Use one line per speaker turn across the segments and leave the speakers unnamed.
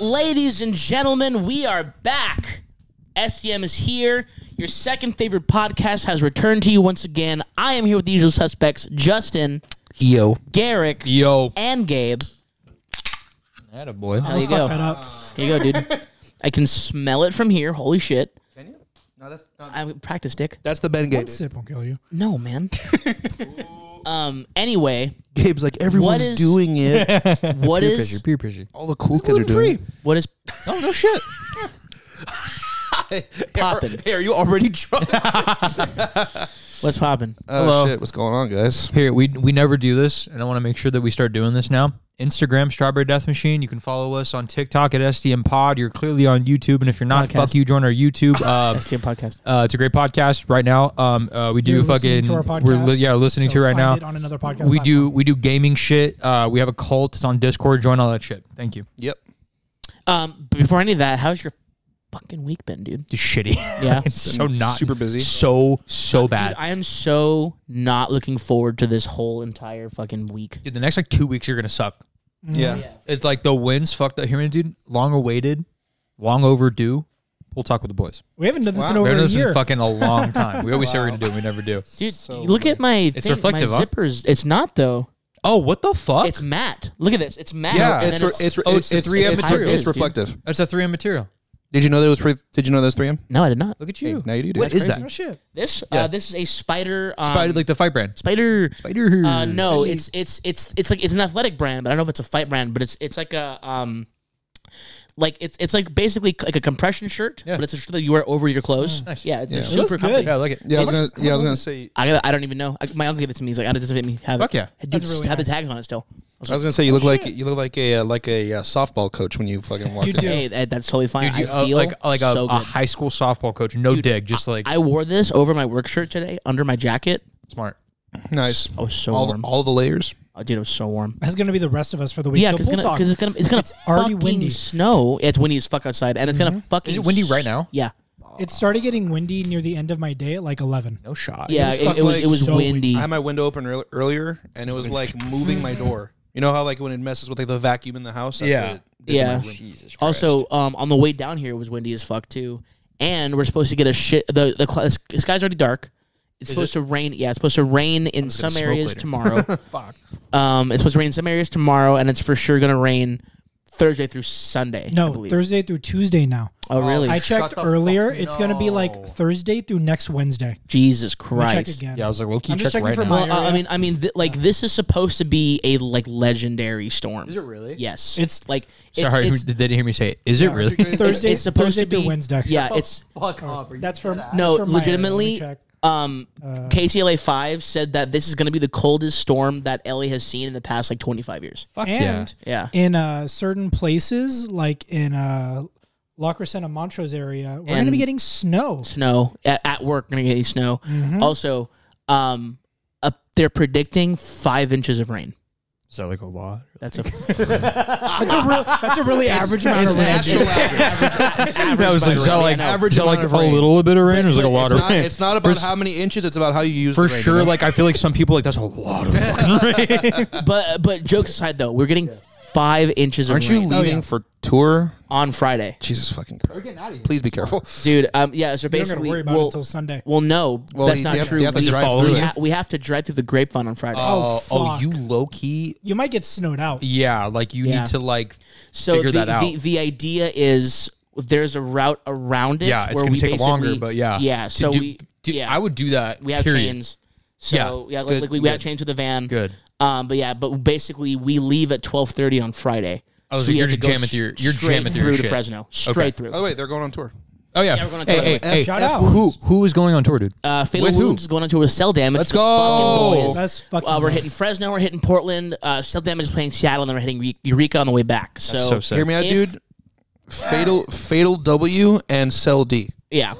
Ladies and gentlemen, we are back. SDM is here. Your second favorite podcast has returned to you once again. I am here with the usual suspects Justin,
Yo.
Garrick,
Yo.
and Gabe.
Attaboy.
There you go. There you go, dude. I can smell it from here. Holy shit.
Can you? No, that's not.
I practice, Dick.
That's the Ben
One
Gabe.
sip won't kill you.
No, man. um. Anyway,
Gabe's like, everyone's
is-
doing it.
what is
peer pressure.
All the cool kids are doing it.
what is
Oh, no shit.
popping?
Hey, are you already drunk?
What's popping?
Uh,
oh,
Hello.
shit. What's going on, guys?
Here, we we never do this, and I want to make sure that we start doing this now. Instagram Strawberry Death Machine. You can follow us on TikTok at SDM Pod. You're clearly on YouTube, and if you're not,
Podcast.
fuck you. Join our YouTube. Uh,
STM podcast.
uh, it's a great podcast right now. Um, uh, we do
You're
fucking.
listening to our
we're
podcast,
li- yeah listening
so
to it right
find
now.
it on another podcast
we do
platform.
we do gaming shit. Uh, we have a cult. It's on Discord. Join all that shit. Thank you.
Yep.
Um. Before any of that, how's your fucking week been, dude?
Just shitty.
Yeah.
it's so not
Super busy.
So so bad.
Dude, I am so not looking forward to this whole entire fucking week.
Dude, the next like two weeks you're gonna suck.
Yeah.
It's like the wins fucked up. Hear me, dude. Long awaited, long overdue. We'll talk with the boys.
We haven't done this in
We
over
haven't done
a
this
year.
in fucking a long time. We always say we're gonna do, it, we never do.
Dude, look at my
It's
thing,
reflective,
my
huh?
zippers. It's not though.
Oh, what the fuck?
It's matte. Look at this. It's matte.
Yeah.
and
It's,
then
re- it's, re-
oh, it's the
it's,
3M
it's,
material.
it's
Dude.
reflective.
That's a three M material.
Did you know that was free? Did you know that was 3M?
no, I did not.
Look at
Hey,
you.
now you do.
What
dude.
is that?
Oh, shit.
This
Yeah.
uh, this is a spider. Um,
Spider, like mm. the fight brand.
spider.
Spider.
Uh, no, it's it's it's it's like it's an athletic brand, but I don't know if it's a fight brand, but it's it's like a um, like it's it's like basically c- like a compression shirt,
Yeah.
but it's a shirt that you wear over your clothes.
nice.
Yeah, it's
Yeah.
a
It
super
looks
comfy.
good.
Yeah, I like it.
Yeah, I was gonna. Yeah, I was gonna say.
I got, I don't even know. I, my uncle gave it to me. He's like, I doesn't fit me. Have
Fuck
it.
yeah.
dude,
That's really
have the
nice.
tags on it still.
I was gonna say you look like you look like a uh, like a uh, softball coach when you fucking walk
You
in.
do.
Hey, that, that's totally fine.
Dude, you,
I
uh,
feel
like like a,
so
a
good.
high school softball coach. No
Dude,
dig, just like
I wore this over my work shirt today, under my jacket.
smart.
Nice.
I was so
All the,
warm.
all the layers.
oh, dude, I was so warm.
That's gonna be the rest of us for the week.
Yeah,
so
because
we'll
it's, gonna-
talk.
'cause it's gonna it's gonna
already
fucking
windy.
snow. It's windy as fuck outside, and it's gonna fucking
Mm-hmm. Is it windy right
s-
now?
Yeah,
It started getting windy near the end of my day at like eleven.
No shot.
yeah. It,
fucking
it was
like
it was
so
windy.
I had my window open earl- earlier, and it was like moving my door. You know how like when it messes with like the vacuum in the house. That's
Yeah.
what it did to my
Yeah.
room.
Also, um, on the way down here it was windy as fuck too, and we're supposed to get a shit. The the, cl- the sky's already dark. It's supposed to rain. Yeah, it's supposed to rain in
gonna
some
smoke
areas
later.
tomorrow.
Fuck.
Um, it's supposed to rain in some areas tomorrow, and it's for sure going to rain Thursday through Sunday. I
No,
believe.
Thursday through Tuesday now.
Oh, really?
I
shut
checked
the
earlier.
fuck-
It's gonna be
no.
like Thursday through next Wednesday.
Jesus
Let me check
Christ.
again.
Yeah, I was like, low key
I'm just
check
checking
right
for
now.
my-
Well, I- I mean, I mean, th- like this is supposed to be a like legendary storm.
Is it really?
Yes.
It's-
like it's,
Sorry,
it's,
they didn't hear me say it. Is it really?
Thursday,
it's supposed
Thursday
to be
through Wednesday.
Yeah, it's
Fuck off.
that's from that's
no,
from my area. Let me
legitimately.
check. Uh,
Um, KTLA five said that this is going to be the coldest storm that LA has seen in the past like twenty five years.
Fuck yeah.
And
Yeah.
in uh, certain places, like in uh, La Crescenta Montrose area, we're going
And-
to be getting snow.
snow at, at work. Gonna get any snow.
Mm-hmm.
Also, um, uh, they're predicting five inches of rain.
Is that like a lot?
That's a
That's a real, that's a really average amount
It's
of rain.
natural average.
that was like, is that like,
Average
is that like
amount
a
of rain.
little bit of rain? Or is it like a
But
lot
It's
of
not,
rain?
it's not about how many inches. It's about how you use
For
the rain,
sure,
you know?
like I feel like some people are like that's a lot of fucking rain.
but but jokes aside though, we're getting five inches of
aren't you
rain
leaving for tour?
on Friday,
Jesus fucking Christ! Please be careful.
dude. Um, yeah. So
You're not going
basically,
to worry about
we'll,
it until Sunday.
well, no,
Well,
that's
you-
not
they have-
true.
they have to
we,
drive
we
through it.
ha- we have to drive through the grapevine on Friday.
Oh, fuck.
you low key.
You might get snowed out.
Yeah, like you
Yeah.
need to like.
so
figure
the,
that out.
the the idea is there's a route around it.
Yeah, it's
where
gonna
we
take longer,
basically-
but yeah,
yeah.
To
So
do-
we
dude,
yeah
I would do that.
we have
period.
chains. So yeah, like,
Good,
like we, we have
good.
chains with the van.
Good.
Um, but yeah, but basically we leave at twelve thirty on Friday.
Oh, so
we
you're
have to
just
go
jamming through your- you're
straight
jamming through
through
your
to
shit.
Fresno, straight
By
through.
the way, they're going on tour.
Oh yeah.
Yeah, we're gonna
hey,
talk
hey,
about it.
hey,
Shout
F-
out.
who who is going on tour, dude?
Uh, Fatal
With who?
Wounds is going on to a cell damage.
Let's
with
go.
fucking boys.
That's fucking
Uh, we're hitting Fresno, we're hitting Portland. Uh, cell damage is playing Seattle, and then we're hitting Re- Eureka on the way back. So,
so sick.
Hear me out,
If-
dude. Fatal, fatal W and Cell D.
yeah.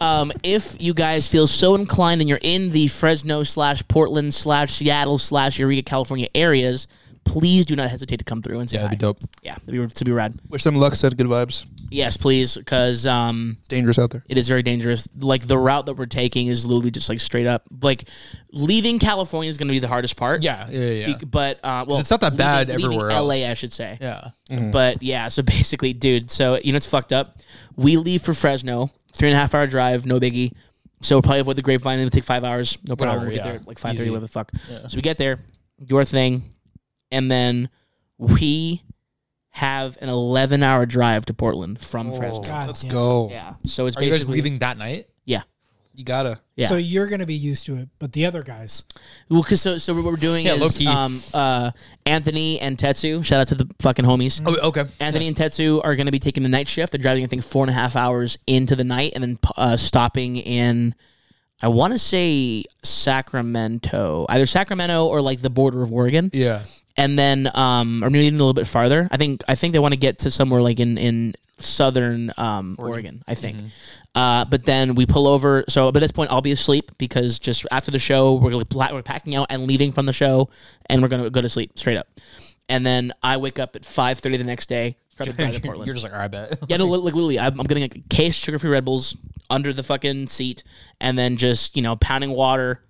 Um, if you guys feel so inclined and you're in the Fresno slash Portland slash Seattle slash Eureka, California areas, please do not hesitate to come through and say
Yeah, that'd be
hi.
dope.
Yeah, that'd be, that'd be rad.
Wish them luck. Said good vibes.
Yes, please, because um,
It's dangerous out there.
it is very dangerous. Like the route that we're taking is literally just like straight up. Like leaving California is going to be the hardest part.
Yeah, yeah, yeah.
Be- But uh, well,
It's not that
leaving-
bad
leaving
everywhere
LA,
else.
I should say.
yeah.
But yeah, so basically, dude, so you know it's fucked up. We leave for Fresno, three and a half hour drive, no biggie. So we'll probably avoid the grapevine. It would take five hours, no problem.
Whatever,
we'll get
yeah.
there at like five thirty,
Easy.
whatever the fuck. So we get there, do our thing, and then we have an eleven hour drive to Portland from Fresno.
God
Let's
damn.
go.
Yeah, so it's
Oh. Are you guys
basically
leaving that night?
yeah.
You gotta.
Yeah.
So you're gonna be used to it, but the other guys,
Well, cause so so what we're doing
Yeah,
is
low-key.
um uh Anthony and Tetsu. Shout out to the fucking homies.
Oh, okay.
Anthony and Tetsu are going to be taking the night shift. They're driving, I think, four and a half hours into the night and then uh, stopping in, I want to say Sacramento, either Sacramento or like the border of Oregon.
Yeah.
And then, um, or maybe even a little bit farther. I think, I think they want to get to somewhere like in, in southern um, Oregon. I think. Uh, but then we pull over. So but at this point, I'll be asleep because just after the show, we're, gonna, pla- we're packing out and leaving from the show and we're going to go to sleep straight up. And then I wake up at 5.30 the next day. Try to drive to Portland.
You're just like, all right, I bet.
Yeah, no, li- like literally, I'm, I'm getting like a case sugar free Red Bulls under the fucking seat, and then just you know pounding water,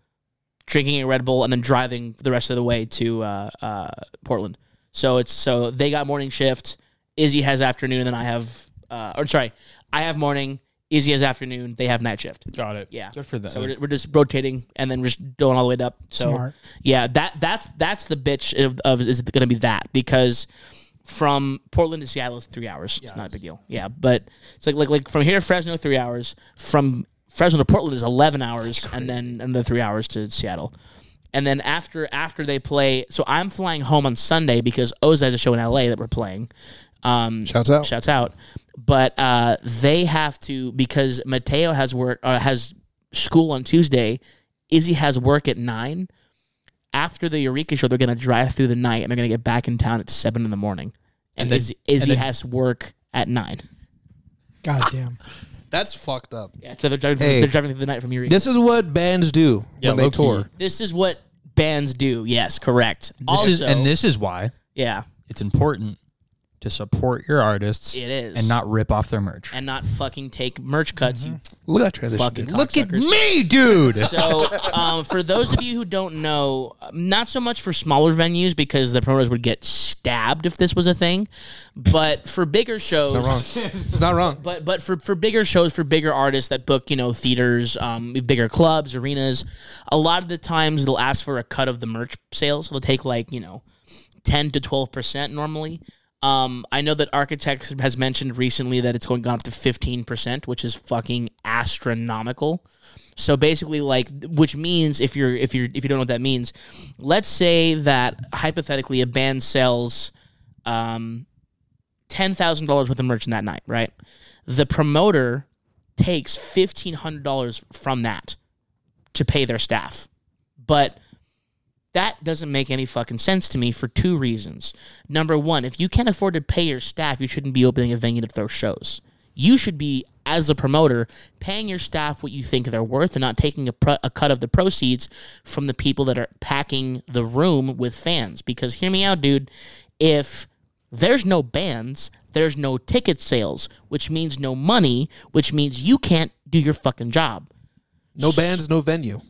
drinking a Red Bull, and then driving the rest of the way to uh, uh, Portland. So it's so they got morning shift. Izzy has afternoon, and then I have. Uh, or sorry, I have morning. Izzy has afternoon. They have night shift.
Got it.
Yeah,
Good for them.
So we're, we're just rotating, and then we're just going all the way up. So
Smart.
yeah, that that's that's the bitch of, of is going to be that because from Portland to Seattle is three hours. it's not a big deal. Yeah, but it's like like like from here to Fresno three hours. From Fresno to Portland is eleven hours, and then another three hours to Seattle. And then after after they play, so I'm flying home on Sunday because Oza has a show in LA that we're playing. Um,
Shouts out.
Shouts out. But uh, they have to because Mateo has work uh, has school on Tuesday. Izzy has work at nine. After the Eureka show, they're gonna drive through the night and they're gonna get back in town at seven in the morning. And,
And then-
Izzy, Izzy
and then-
has work at nine.
God damn.
That's fucked up.
Yeah, so they're driving,
Hey.
they're driving through the night from Eureka. This,
This is what bands do
Yeah,
when they
low-key.
tour.
is what bands do. Yes, correct.
This
also,
is, and this is why
yeah,
it's important to support your artists
it is
and not rip off their merch.
and not fucking take merch cuts. You
Look at that transition.
fucking
dude.
Look at
cocksuckers.
me, dude.
So, um, for those of you who don't know, not so much for smaller venues because the promoters would get stabbed if this was a thing, but for bigger shows,
Not wrong. it's not wrong.
but but for for bigger shows for bigger artists that book you know theaters, um, bigger clubs, arenas, a lot of the times they'll ask for a cut of the merch sales. They'll take like you know ten to twelve percent normally. Um, I know that Architects has mentioned recently that it's going gone up to fifteen percent, which is fucking astronomical. So basically, like, which means if you're if you're if you don't know what that means, let's say that hypothetically a band sells um, ten thousand dollars worth of merch in that night, right? The promoter takes fifteen hundred dollars from that to pay their staff, but that doesn't make any fucking sense to me for two reasons. Number one, if you can't afford to pay your staff, you shouldn't be opening a venue to throw shows. You should be, as a promoter, paying your staff what you think they're worth and not taking a, pro- a cut of the proceeds from the people that are packing the room with fans. Because hear me out, dude. If there's no bands, there's no ticket sales, which means no money, which means you can't do your fucking job.
No bands, no venue.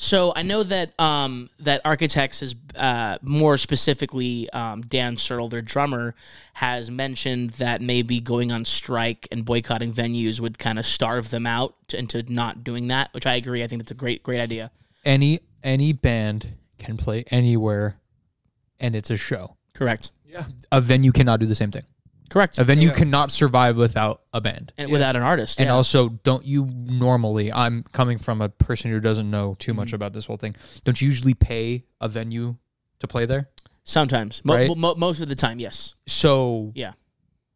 So I know that um, that Architects is uh, more specifically um, Dan Searle, their drummer, has mentioned that maybe going on strike and boycotting venues would kind of starve them out to, into not doing that. Which I agree. I think that's a great great idea.
any any band can play anywhere, and it's a show.
Correct.
A venue cannot do the same thing.
Correct.
A venue cannot survive without a band.
and without an artist.
And
yeah.
also, don't you normally? I'm coming from a person who doesn't know too
Mm-hmm.
much about this whole thing. Don't you usually pay a venue to play there?
sometimes, mo-
Right.
mo- most of the time, yes.
So,
Yeah.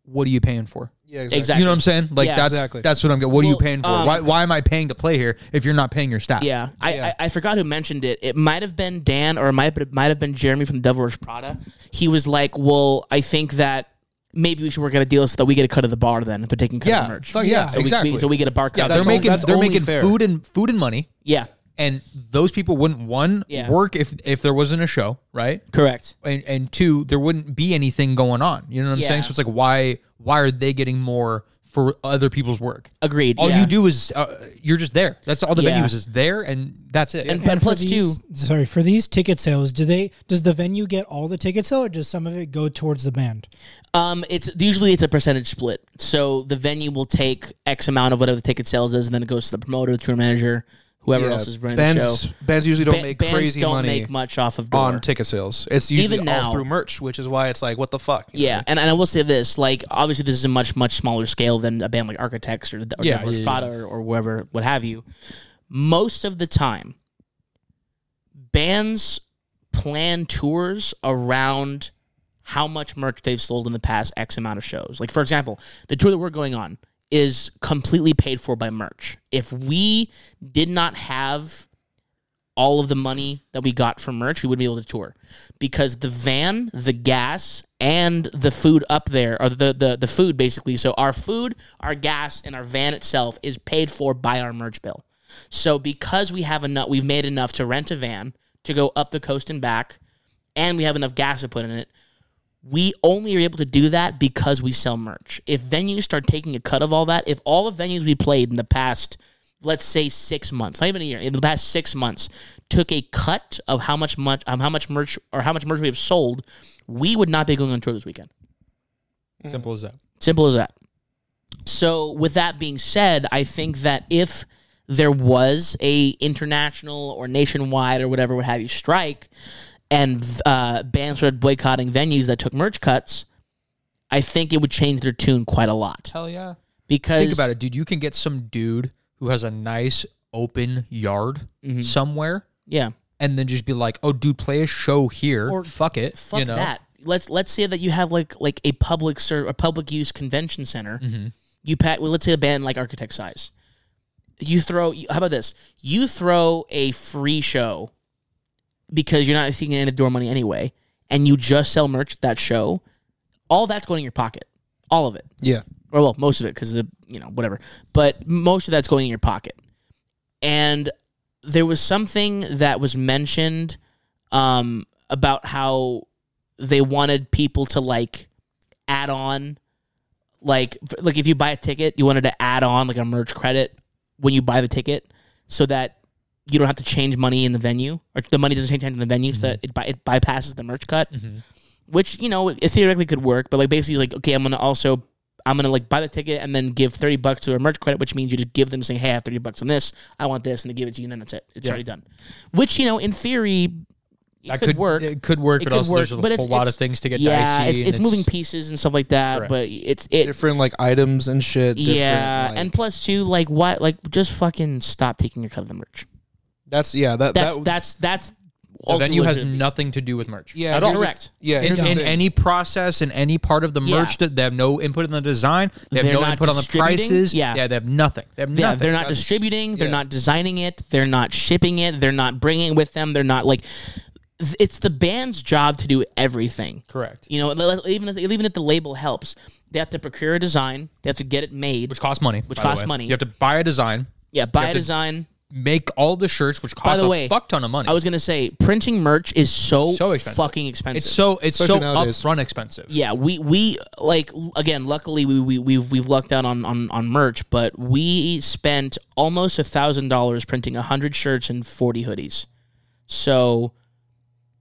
what are you paying for?
Yeah,
Exactly.
You know what I'm saying? Like
Yeah.
that's
Exactly.
that's what I'm getting. What are you
Well,
paying for?
um,
why why am I paying to play here if you're not paying your staff?
Yeah, I,
Yeah.
I, I forgot who mentioned it. It might have been Dan or it might it might have been Jeremy from Devil Wears Prada. He was like, "Well, I think that maybe we should work out a deal so that we get a cut of the bar then if they're taking cut
Yeah.
of merch."
Fuck yeah,
So
we-
exactly.
we- so we get a bar cut.
yeah,
of the
they're
that's
bar.
only-
making
that's
they're
only
making
fair.
food and food and money.
yeah,
and those people wouldn't one
Yeah.
work if if there wasn't a show, right?
Correct.
And and two, there wouldn't be anything going on. You know what I'm
Yeah.
saying? So it's like why why are they getting more for other people's work?
Agreed.
All
yeah.
you do is uh, you're just there. That's all the
Yeah.
venue is is there, and that's it.
And, and
for
plus two,
these- Sorry for these ticket sales. Do they? Does the venue get all the ticket sale, or does some of it go towards the band?
um, it's usually it's a percentage split. So the venue will take X amount of whatever the ticket sales is, and then it goes to the promoter, the tour manager, whoever else is running
bands,
the show.
Bands usually don't
Ba-
make
bands
crazy
don't
money
make much off of door.
on ticket sales. It's usually
Even now.
all through merch, which is why it's like, what the fuck? you
Yeah, and, and I will say this: like, obviously, this is a much much smaller scale than a band like Architects or, or
Yeah,
Devil's
yeah, yeah.
Prada or, or whoever, what have you. Most of the time, bands plan tours around how much merch they've sold in the past X amount of shows. Like, for example, the tour that we're going on is completely paid for by merch. If we did not have all of the money that we got from merch, we wouldn't be able to tour because the van, the gas, and the food up there, or the, the, the food basically. So, our food, our gas, and our van itself is paid for by our merch bill. So, because we have enough, we've made enough to rent a van to go up the coast and back, and we have enough gas to put in it, we only are able to do that because we sell merch. If venues start taking a cut of all that, if all the venues we played in the past, let's say six months, not even a year, in the past six months, took a cut of how much much um, how much merch or how much merch we have sold, we would not be going on tour this weekend.
Simple as that.
Simple as that. So, with that being said, I think that if there was a international or nationwide or whatever what have you strike, and uh, bands started boycotting venues that took merch cuts, I think it would change their tune quite a lot
Hell yeah.
because
Think about it, dude. You can get some dude who has a nice open yard
Mm-hmm.
somewhere
Yeah,
and then just be like, oh, dude, play a show here. Or fuck it.
fuck
you know?
that. Let's let's say that you have like like a public ser- a public use convention center.
Mm-hmm.
You pat. Well, let's say a band like Architect Size. You throw. How about this? You throw a free show because you're not seeing any door money anyway, and you just sell merch at that show. All that's going in your pocket. All of it
know? Yeah.
or well, most of it because the you know whatever, but most of that's going in your pocket. And there was something that was mentioned um, about how they wanted people to like add on, like f- like if you buy a ticket, you wanted to add on like a merch credit when you buy the ticket, so that you don't have to change money in the venue or the money doesn't change hands in the venue, so that it, by, it bypasses the merch cut which you know it theoretically could work but like basically like okay i'm gonna also i'm gonna like buy the ticket and then give 30 bucks to a merch credit which means you just give them saying hey i have 30 bucks on this i want this and they give it to you and then that's it it's already done which you know in theory it
That
could, work
It could work,
It
but
could
also
work,
there's a
but
whole
it's-
lot
it's-
of things to get
yeah
dicey.
it's,
and
it's moving pieces and stuff like that
Correct.
but it's it
Different like items and shit. different,
yeah
like-
and plus too like what like just fucking stop taking your cut of the merch
that's yeah. That
that's
that
that's that's
The venue has
ultimately-
nothing to do with merch.
yeah.
At all.
here's the-
Correct.
Yeah.
In,
here's the
in
thing.
any process, in any part of the
Yeah.
merch, that they have no input in the design. They have
They're
no
not
input on the
distributing?
prices.
Yeah.
they have nothing. They have
Yeah,
nothing.
they're not
That's-
distributing. They're
yeah.
not designing it. They're not shipping it. They're not bringing it with them. They're not like. th- It's the band's job to do everything.
Correct.
You know, le- le- even if, even if the label helps, they have to procure a design. They have to get it made.
Which costs money. Which
costs money.
You have to buy a design,
yeah, buy a
to-
design.
make all the shirts, which cost
the
a
way,
fuck ton of money.
I was gonna say printing merch is so,
So expensive.
fucking expensive.
It's so it's
Especially
so
nowadays.
upfront expensive.
yeah we we like l- again luckily we, we we've we've lucked out on on, on merch but we spent almost a thousand dollars printing 100 shirts and 40 hoodies so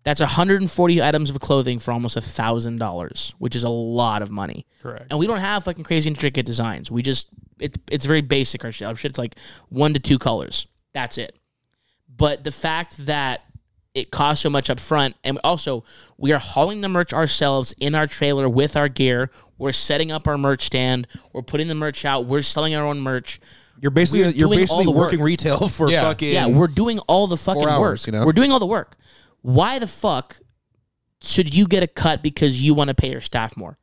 that's 140 items of clothing for almost a thousand dollars which is a lot of money
Correct.
and we don't have fucking crazy intricate designs we just it, it's very basic our shit our shit's like one to two colors that's it but the fact that it costs so much up front and also we are hauling the merch ourselves in our trailer with our gear we're setting up our merch stand we're putting the merch out we're selling our own merch
you're basically
we're doing
you're
all
basically
the work.
working retail for
Yeah.
fucking
yeah we're doing all the fucking work
hours, you know?
we're doing all the work why the fuck should you get a cut because you want to pay your staff more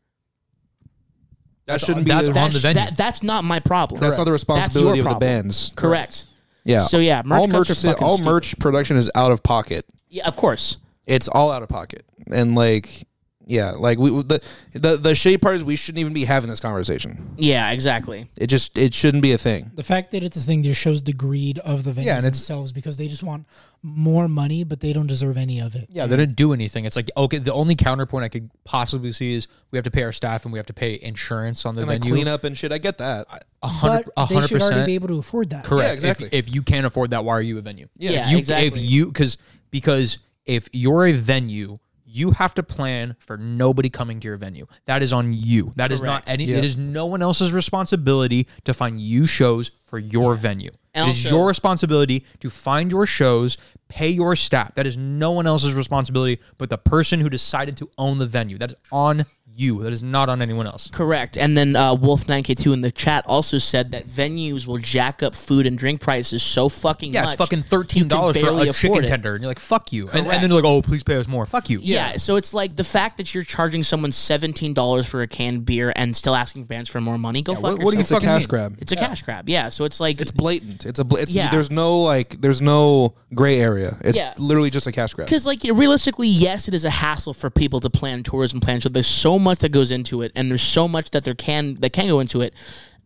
that shouldn't be
that's
the,
on
That's-
the venue.
that- that's not my problem
that's not the
Correct. That's
responsibility
your
of the
problem.
bands.
correct
Yeah.
So, yeah, merch
all
cuts are
merch
fucking
all
stupid.
merch production is out of pocket.
yeah of course
It's all out of pocket, and like yeah, like we the the the shitty part is we shouldn't even be having this conversation.
Yeah, exactly.
It just it shouldn't be a thing.
The fact that it's a thing just shows the greed of the venues
Yeah, and it's-
themselves because they just want more money, but they don't deserve any of it.
Yeah, they didn't do anything. It's like okay, the only counterpoint I could possibly see is we have to pay our staff and we have to pay insurance on the
And like
venue.
clean up and shit. I get that.
A
But
hundred, a
they
hundred
should already
percent.
be able to afford that.
Correct.
Yeah, exactly.
If, if you can't afford that, why are you a venue?
Yeah, Yeah,
if you,
exactly.
If you because because if you're a venue, you have to plan for nobody coming to your venue. That is on you. That is
Correct.
not any.
Yeah.
It is no one else's responsibility to find you shows for your venue.
And
it is
also-
your responsibility to find your shows, pay your staff. That is no one else's responsibility but the person who decided to own the venue. That is on you. That is not on anyone else.
Correct. And then uh, Wolf nine K two in the chat also said that venues will jack up food and drink prices so fucking
Yeah,
much.
it's fucking thirteen dollars for
barely
a chicken
afford it.
tender, and you're like, "Fuck you," and,
Correct.
and then they're like, "Oh, please pay us more." Fuck you.
Yeah. so it's like the fact that you're charging someone seventeen dollars for a canned beer and still asking bands for more money. Go fuck
what- what do
yourself.
you
It's a
fucking
cash
mean.
grab.
It's a cash grab. Yeah, so it's like
It's blatant. It's a bl- it's,
Yeah.
there's no like there's no gray area. It's
Yeah.
literally just a cash grab.
because like realistically, yes, it is a hassle for people to plan tourism plans. So there's so much that goes into it, and there's so much that there can that can go into it.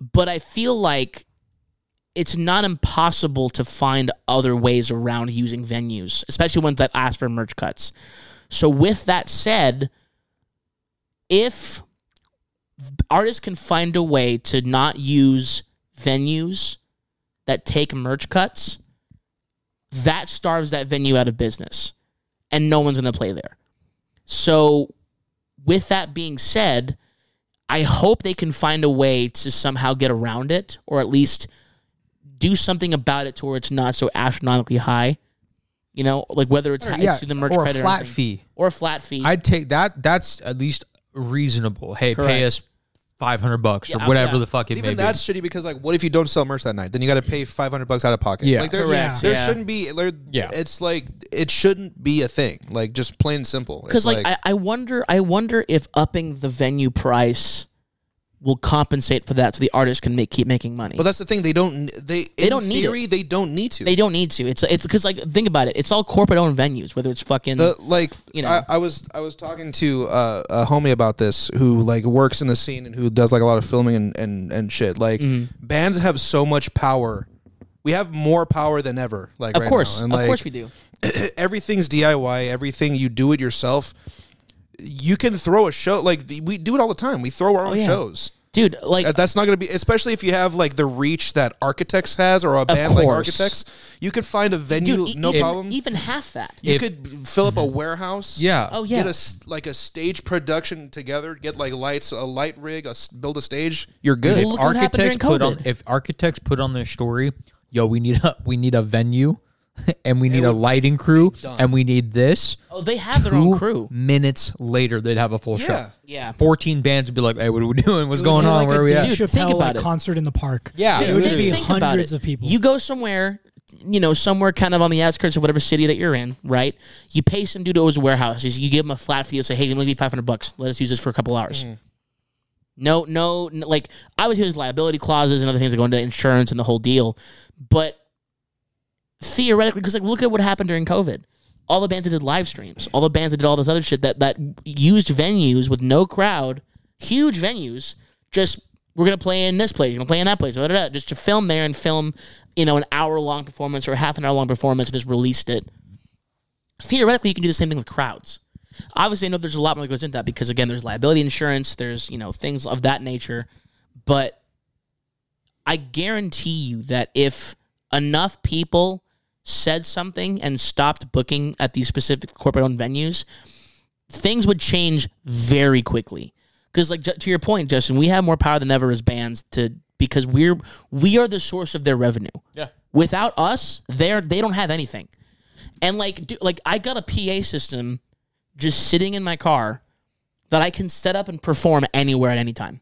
But I feel like it's not impossible to find other ways around using venues, especially ones that ask for merch cuts. So with that said, if artists can find a way to not use venues that take merch cuts, that starves that venue out of business and no one's going to play there. So, with that being said, I hope they can find a way to somehow get around it or at least do something about it to where it's not so astronomically high. You know, like whether it's, it's through the merch
or a
credit
flat
anything.
fee.
Or a flat fee.
I'd take that. That's at least reasonable. Hey,
Correct.
pay us five hundred bucks
Yeah, oh,
or whatever
yeah.
the fuck it may
Even
be.
that's shitty because like, what if you don't sell merch that night? Then you got to pay five hundred bucks out of pocket.
Yeah.
like there,
Correct,
there
yeah.
shouldn't be. There,
Yeah.
it's like it shouldn't be a thing. Like just plain and simple. It's
because like, I, I wonder i wonder if upping the venue price will compensate for that so the artist can make, keep making money
but that's the thing. They don't. They they
don't need it.
theory, They don't need to.
they don't need to it's it's because like think about it it's all corporate owned venues whether it's fucking
the like
You know.
I, I was I was talking to uh, a homie about this who like works in the scene and who does like a lot of filming and and, and shit. Like
Mm-hmm.
bands have so much power. We have more power than ever. Like
of
right
course
now. And,
of
like,
course we do
everything's DIY, everything you do it yourself. You can throw a show like we do it all the time. We throw our own
Oh, yeah.
shows.
dude like
Uh, That's not going to be, especially if you have like the reach that Architects has or a band like
course.
Architects. You could find a venue,
dude e-
no
even,
problem.
even half that
you
if-
could fill up a warehouse.
yeah.
oh
Get
yeah
a s- like a stage production together. Get like lights, a light rig, a s- build a stage. You're good.
Well, look what happened
architects
during
put on
COVID.
if architects put on their story, yo, we need a we need a venue, and we need a lighting crew, and we need this.
oh they have their own
Two
crew
Minutes later, they'd have a full
Yeah.
show.
yeah
Fourteen bands would be like, "Hey, what are we doing? What's
It would
going
be
on?
like
Where
a
are we
Dave
at?"
Dude,
Chappelle,
think
like,
about it.
concert in the park.
Yeah,
it
Dude,
would
Think-
just be
think about
hundreds
it.
of people.
You go somewhere, you know, somewhere kind of on the outskirts of whatever city that you're in, right? You pay some dude to his warehouses. You give him a flat fee. You say, "Hey, let me give you 500 bucks. Let us use this for a couple hours."
Mm-hmm.
No, no, no, like obviously there's liability clauses and other things that go into insurance and the whole deal, but theoretically, because like look at what happened during COVID. All the bands that did live streams, all the bands that did all this other shit that that used venues with no crowd, huge venues, just we're gonna play in this place, you're gonna play in that place, blah, blah, blah, just to film there and film, you know, an hour long performance or half an hour long performance and just released it. Theoretically, you can do the same thing with crowds. Obviously, I know there's a lot more that goes into that because again, there's liability insurance, there's you know things of that nature, but I guarantee you that if enough people said something and stopped booking at these specific corporate owned venues, things would change very quickly. Because, like ju- to your point, Justin, we have more power than ever as bands to because we're we are the source of their revenue. Yeah. Without us, they're they don't have anything. And like, do, like I got a PA system just sitting in my car that I can set up and perform anywhere at any time.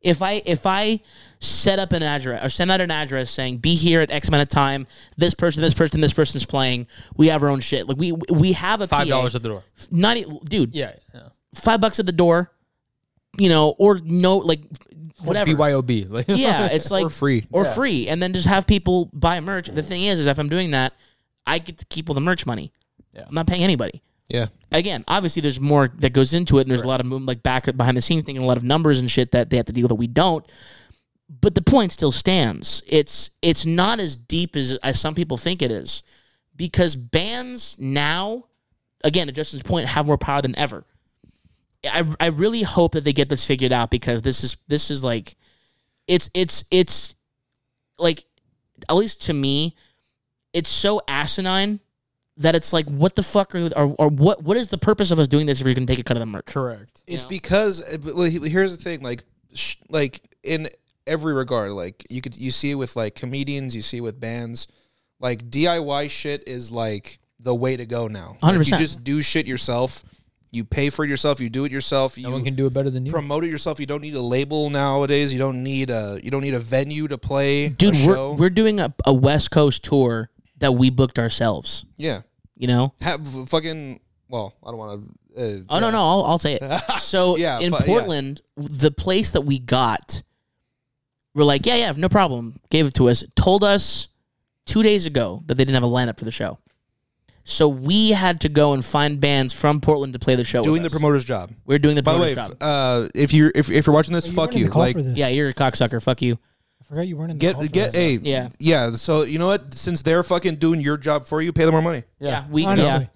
If I if I set up an address or send out an address saying be here at X amount of time, this person, this person, this person's playing, we have our own shit. Like we we have a
Five
PA.
dollars at the door.
ninety dude
Yeah.
five bucks at the door, you know, or no, like whatever.
BYOB. Like,
yeah, it's like
Or free.
or free, and then just have people buy merch. The thing is, is if I'm doing that, I get to keep all the merch money. I'm not paying anybody.
Yeah.
again, obviously there's more that goes into it, and there's a lot of movement, like back behind the scenes thing, and a lot of numbers and shit that they have to deal with that we don't. But the point still stands. It's it's not as deep as, as some people think it is, because bands now, again, to Justin's point, have more power than ever. I I really hope that they get this figured out because this is this is like, it's it's it's, like, at least to me, it's so asinine that it's like, what the fuck are, or, or what what is the purpose of us doing this if you're gonna take a cut of the merch?
Correct.
It's
know?
because eh, but, well, he- here's the thing, like, sh- like in every regard, like you could you see it with like comedians, you see it with bands, like DIY shit is like the way to go now. Like,
100%.
you just do shit yourself, you pay for it yourself, you do it yourself,
No one
you
can do it better than you.
promote it yourself. You don't need a label nowadays. You don't need a you don't need a venue to play.
Dude,
a
we're
show.
we're doing a, a West Coast tour that we booked ourselves.
yeah,
You know?
have fucking. Well, I don't want to. Uh,
Oh no, no, I'll, I'll say it. So
Yeah,
in
fu- yeah.
Portland, the place that we got, we're like, yeah, yeah, no problem. Gave it to us. Told us two days ago that they didn't have a lineup for the show. So we had to go and find bands from Portland to play the show.
doing
with
the
us.
promoter's job.
We We're doing the
By the way, uh,
promoter's
if,
job.
uh, if you're if, if you're watching this,
You
fuck
weren't in
you.
the call
Like
for this.
yeah, you're a cocksucker. Fuck you.
I forgot you weren't in the call for
get get
this.
a
Yeah.
yeah. So you know what? Since they're fucking doing your job for you, pay them more money.
Yeah, we
Honestly,
yeah.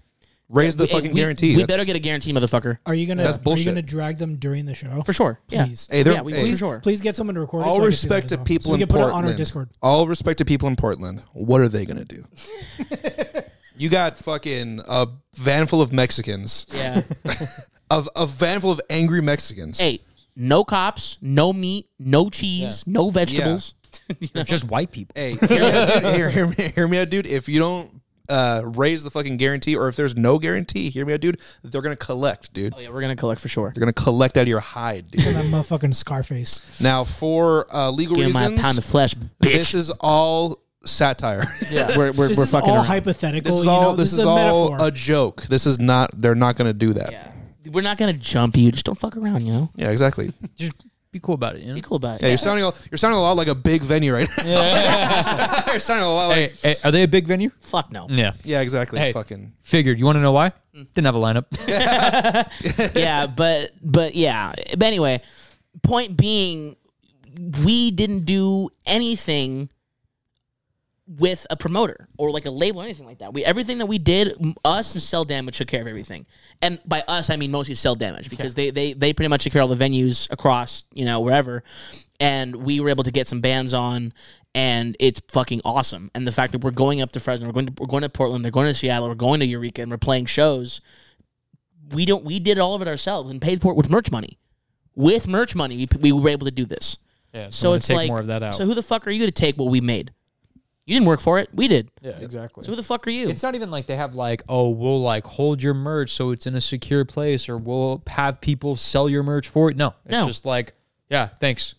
Raise the
We-
fucking
we-
guarantee.
We
That's-
better get a guarantee, motherfucker.
are you gonna
That's
are
bullshit.
you gonna drag them during the show?
For sure. Yeah.
Please,
Hey, they're,
yeah, we will,
hey,
for sure.
please get someone to record. it
all
so I can see that
respect to
as well.
people
So we
in
can put
Portland.
it on our Discord.
All respect to people in Portland. What are they gonna do? you got fucking a van full of Mexicans,
Yeah.
of a van full of angry Mexicans.
hey, no cops, no meat, no cheese, no vegetables.
They're just white people.
Hey, hear me out, dude. Hear, hear me, hear me out, dude. If you don't uh, raise the fucking guarantee, or if there's no guarantee, hear me out, dude. They're gonna collect, dude.
Oh yeah, we're gonna collect for sure.
They're gonna collect out of your hide, dude.
And that motherfucking Scarface.
now, for uh, legal
Give me my
reasons,
pound of flesh, bitch.
this is all satire.
Yeah. We're, we're,
This
we're
is
fucking
all
around.
hypothetical.
This is
you
all.
know?
this, is,
a
all
metaphor.
a joke. This is not. They're not going to do that. Yeah,
Yeah. We're not gonna jump you. Just don't fuck around. You know.
exactly. Yeah,
Just be cool about it. You know?
Be cool about it.
you're sounding. A, you're sounding a lot like a big venue right now. you're sounding a lot like.
Hey, hey, are they a big venue?
Fuck no.
Yeah.
Yeah, exactly.
Hey.
Fucking.
Figured. You want to know why?
Hmm.
Didn't have a lineup.
yeah, but but yeah. But anyway, point being, we didn't do anything with a promoter or like a label or anything like that. We everything that we did, m- us and Cell Damage took care of everything. And by us, I mean mostly Cell Damage because they they they pretty much took care of all the venues across you know wherever, and we were able to get some bands on. And it's fucking awesome. And the fact that we're going up to Fresno, we're going to, we're going to Portland, they're going to Seattle, we're going to Eureka, and we're playing shows we don't we did all of it ourselves and paid for it with merch money. With merch money, we, we were able to do this.
yeah.
So it's
take
like
more of that out.
So who the fuck are you to take what we made? You didn't work for it. We did.
yeah, exactly.
So who the fuck are you?
It's not even like they have like, oh, we'll like hold your merch so it's in a secure place, or we'll have people sell your merch for it. No, it's
No.
just like, yeah, thanks.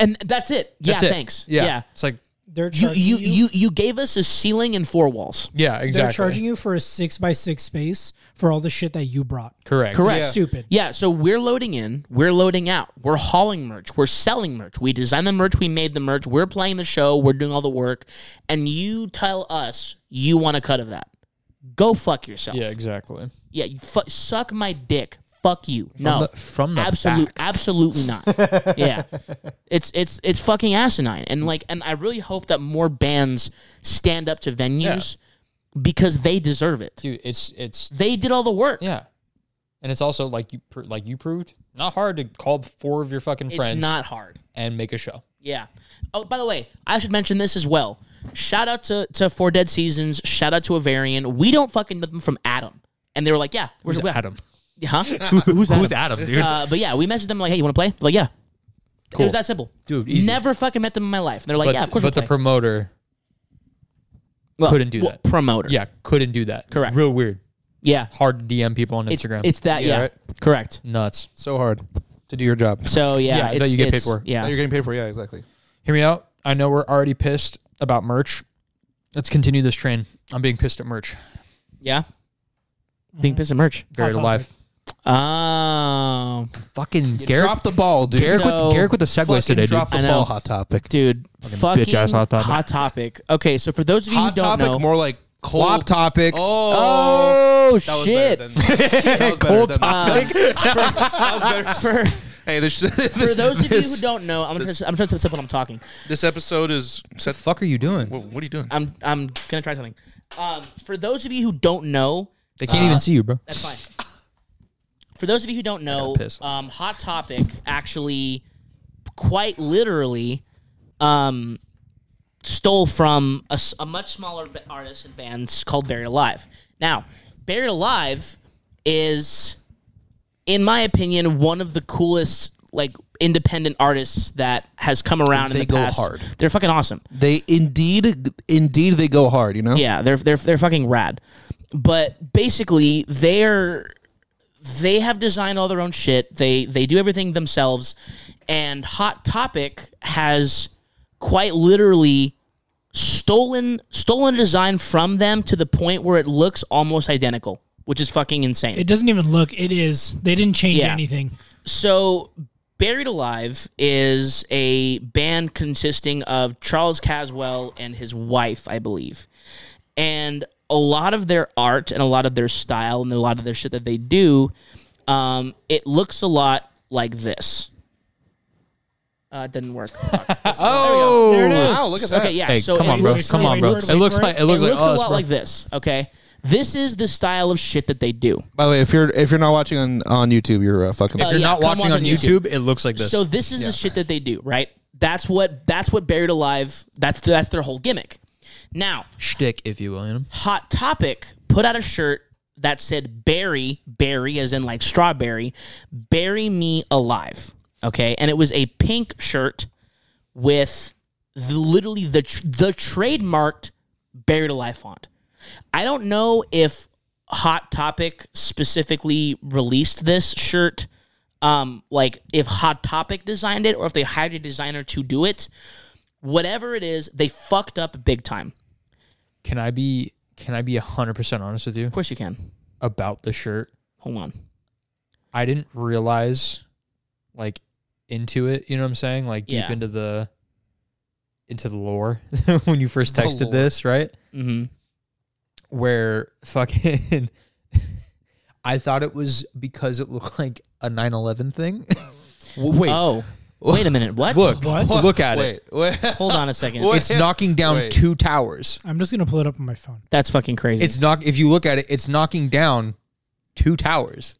and that's it. Yeah,
That's it.
thanks.
Yeah.
Yeah.
it's like,
They're
You,
charging
you you you gave us a ceiling and four walls.
yeah, exactly.
They're charging you for a six by six space for all the shit that you brought.
Correct.
Correct.
That's Stupid.
Yeah, so we're loading in, we're loading out, we're hauling merch, we're selling merch, we designed the merch, we made the merch, we're playing the show, we're doing all the work, and you tell us you want a cut of that. Go fuck yourself.
Yeah, exactly.
Yeah, you fu- suck my dick. Fuck you. No.
the- from the
Absolute,
back.
absolutely not. yeah, it's it's it's fucking asinine, and like, and I really hope that more bands stand up to venues because they deserve it.
Dude, it's it's
They did all the work.
yeah, and it's also like you pr- like you proved not hard to call four of your fucking
it's
friends
not hard.
and make a show.
Yeah. Oh, by the way, I should mention this as well. Shout out to to Four Dead Seasons. Shout out to Avarian. We don't fucking know them from Adam, and they were like, "Yeah, where's
Who's Adam?
Huh?
Who's Adam? dude?
Uh, but yeah, we messaged them like, "Hey, you want to play?" They're like, "Yeah." It
Cool.
was that simple.
Dude, easy.
Never fucking met them in my life. And they're like,
but
yeah, of course.
but
we'll
the
play."
promoter,
Well,
couldn't do
well,
that.
Promoter.
yeah, couldn't do that.
Correct.
Real weird.
yeah.
Hard to DM people on
It's,
Instagram.
it's that. Yeah,
Yeah, right.
correct.
nuts.
So hard to do your job.
So yeah,
Yeah, that
it's-
you get paid
it's-
for.
That
Yeah,
You're getting paid for. Yeah, exactly.
Hear me out. I know we're already pissed about merch. Let's continue this train. I'm being pissed at merch.
yeah. Mm-hmm. Being pissed at merch.
Buried
topic.
alive.
Oh,
Fucking
You
Garrick.
drop the ball, dude.
Garrick,
So-
with, Garrick with the segues
Fucking
today, dude.
drop the
I know.
ball. Hot topic.
dude, fucking,
bitch-ass Hot Topic.
Hot Topic. Okay, so for those of you
Hot
who don't
topic.
know,
More like
Flop topic.
Oh,
Oh,
that was
shit.
better than that was better
Cold
than-
Um,
that was better.
for,
Hey, this, this,
for those of you who
this-
don't know, I'm gonna,
this-
try, I'm trying to set what I'm talking.
this episode is
the
set.
fuck are you doing?
What, what are you doing?
I'm I'm gonna try something. Um, for those of you who don't know,
They can't
Uh,
even see you, bro.
That's fine. For those of you who don't know,
gotta piss.
um, Hot Topic actually, quite literally, um, stole from a, s- a much smaller ba- artist and band called Buried Alive. Now, Buried Alive is, in my opinion, one of the coolest like independent artists that has come around.
They
in the
go
past.
hard.
They're fucking awesome.
They indeed, indeed, they go hard. You know.
Yeah, they're they're they're fucking rad. But basically, they're they have designed all their own shit. They they do everything themselves. And Hot Topic has quite literally stolen stolen a design from them to the point where it looks almost identical, which is fucking insane.
It doesn't even look. It is. They didn't change
Yeah.
anything.
So, Buried Alive is a band consisting of Charles Caswell and his wife, I believe. And a lot of their art and a lot of their style and a lot of their shit that they do, um, it looks a lot like this. Uh, it didn't work. Fuck.
Oh,
There it is.
Wow, look at that.
okay, yeah.
Hey,
so
come
it-
on, bro.
looks
Come
like-
on, bro.
it
It looks
looks
like it looks
it
like
looks a
us,
lot
bro.
like this. Okay, this is the style of shit that they do.
By the way, if you're if you're not watching on, on YouTube, you're uh, fucking.
Uh,
If you're
yeah,
not
come
watching
watch on
on
YouTube.
YouTube, it looks like this.
So this is the shit that they do, right? That's what that's what Buried Alive. That's that's their whole gimmick. Now,
Shtick, if you will, you know?
Hot Topic put out a shirt that said "Bury, bury," as in like strawberry, "Bury me alive." Okay, and it was a pink shirt with the, literally the tr- the trademarked "Buried Alive" font. I don't know if Hot Topic specifically released this shirt um, like if Hot Topic designed it or if they hired a designer to do it. Whatever it is, they fucked up big time.
Can I be can I be hundred percent honest with you
Of course you can.
about the shirt?
Hold on.
I didn't realize like into it, you know what I'm saying? Like deep
Yeah.
into the into the lore when you first
The
texted
lore.
this, right?
Mm-hmm.
Where fucking I thought it was because it looked like a 9/11 thing.
wait,
Oh, wait a minute. What?
look,
What?
look at it.
wait, wait.
Hold on a second.
What?
It's knocking down
Wait.
two towers.
I'm just gonna pull it up on my phone.
That's fucking crazy.
It's knock. If you look at it, it's knocking down two towers.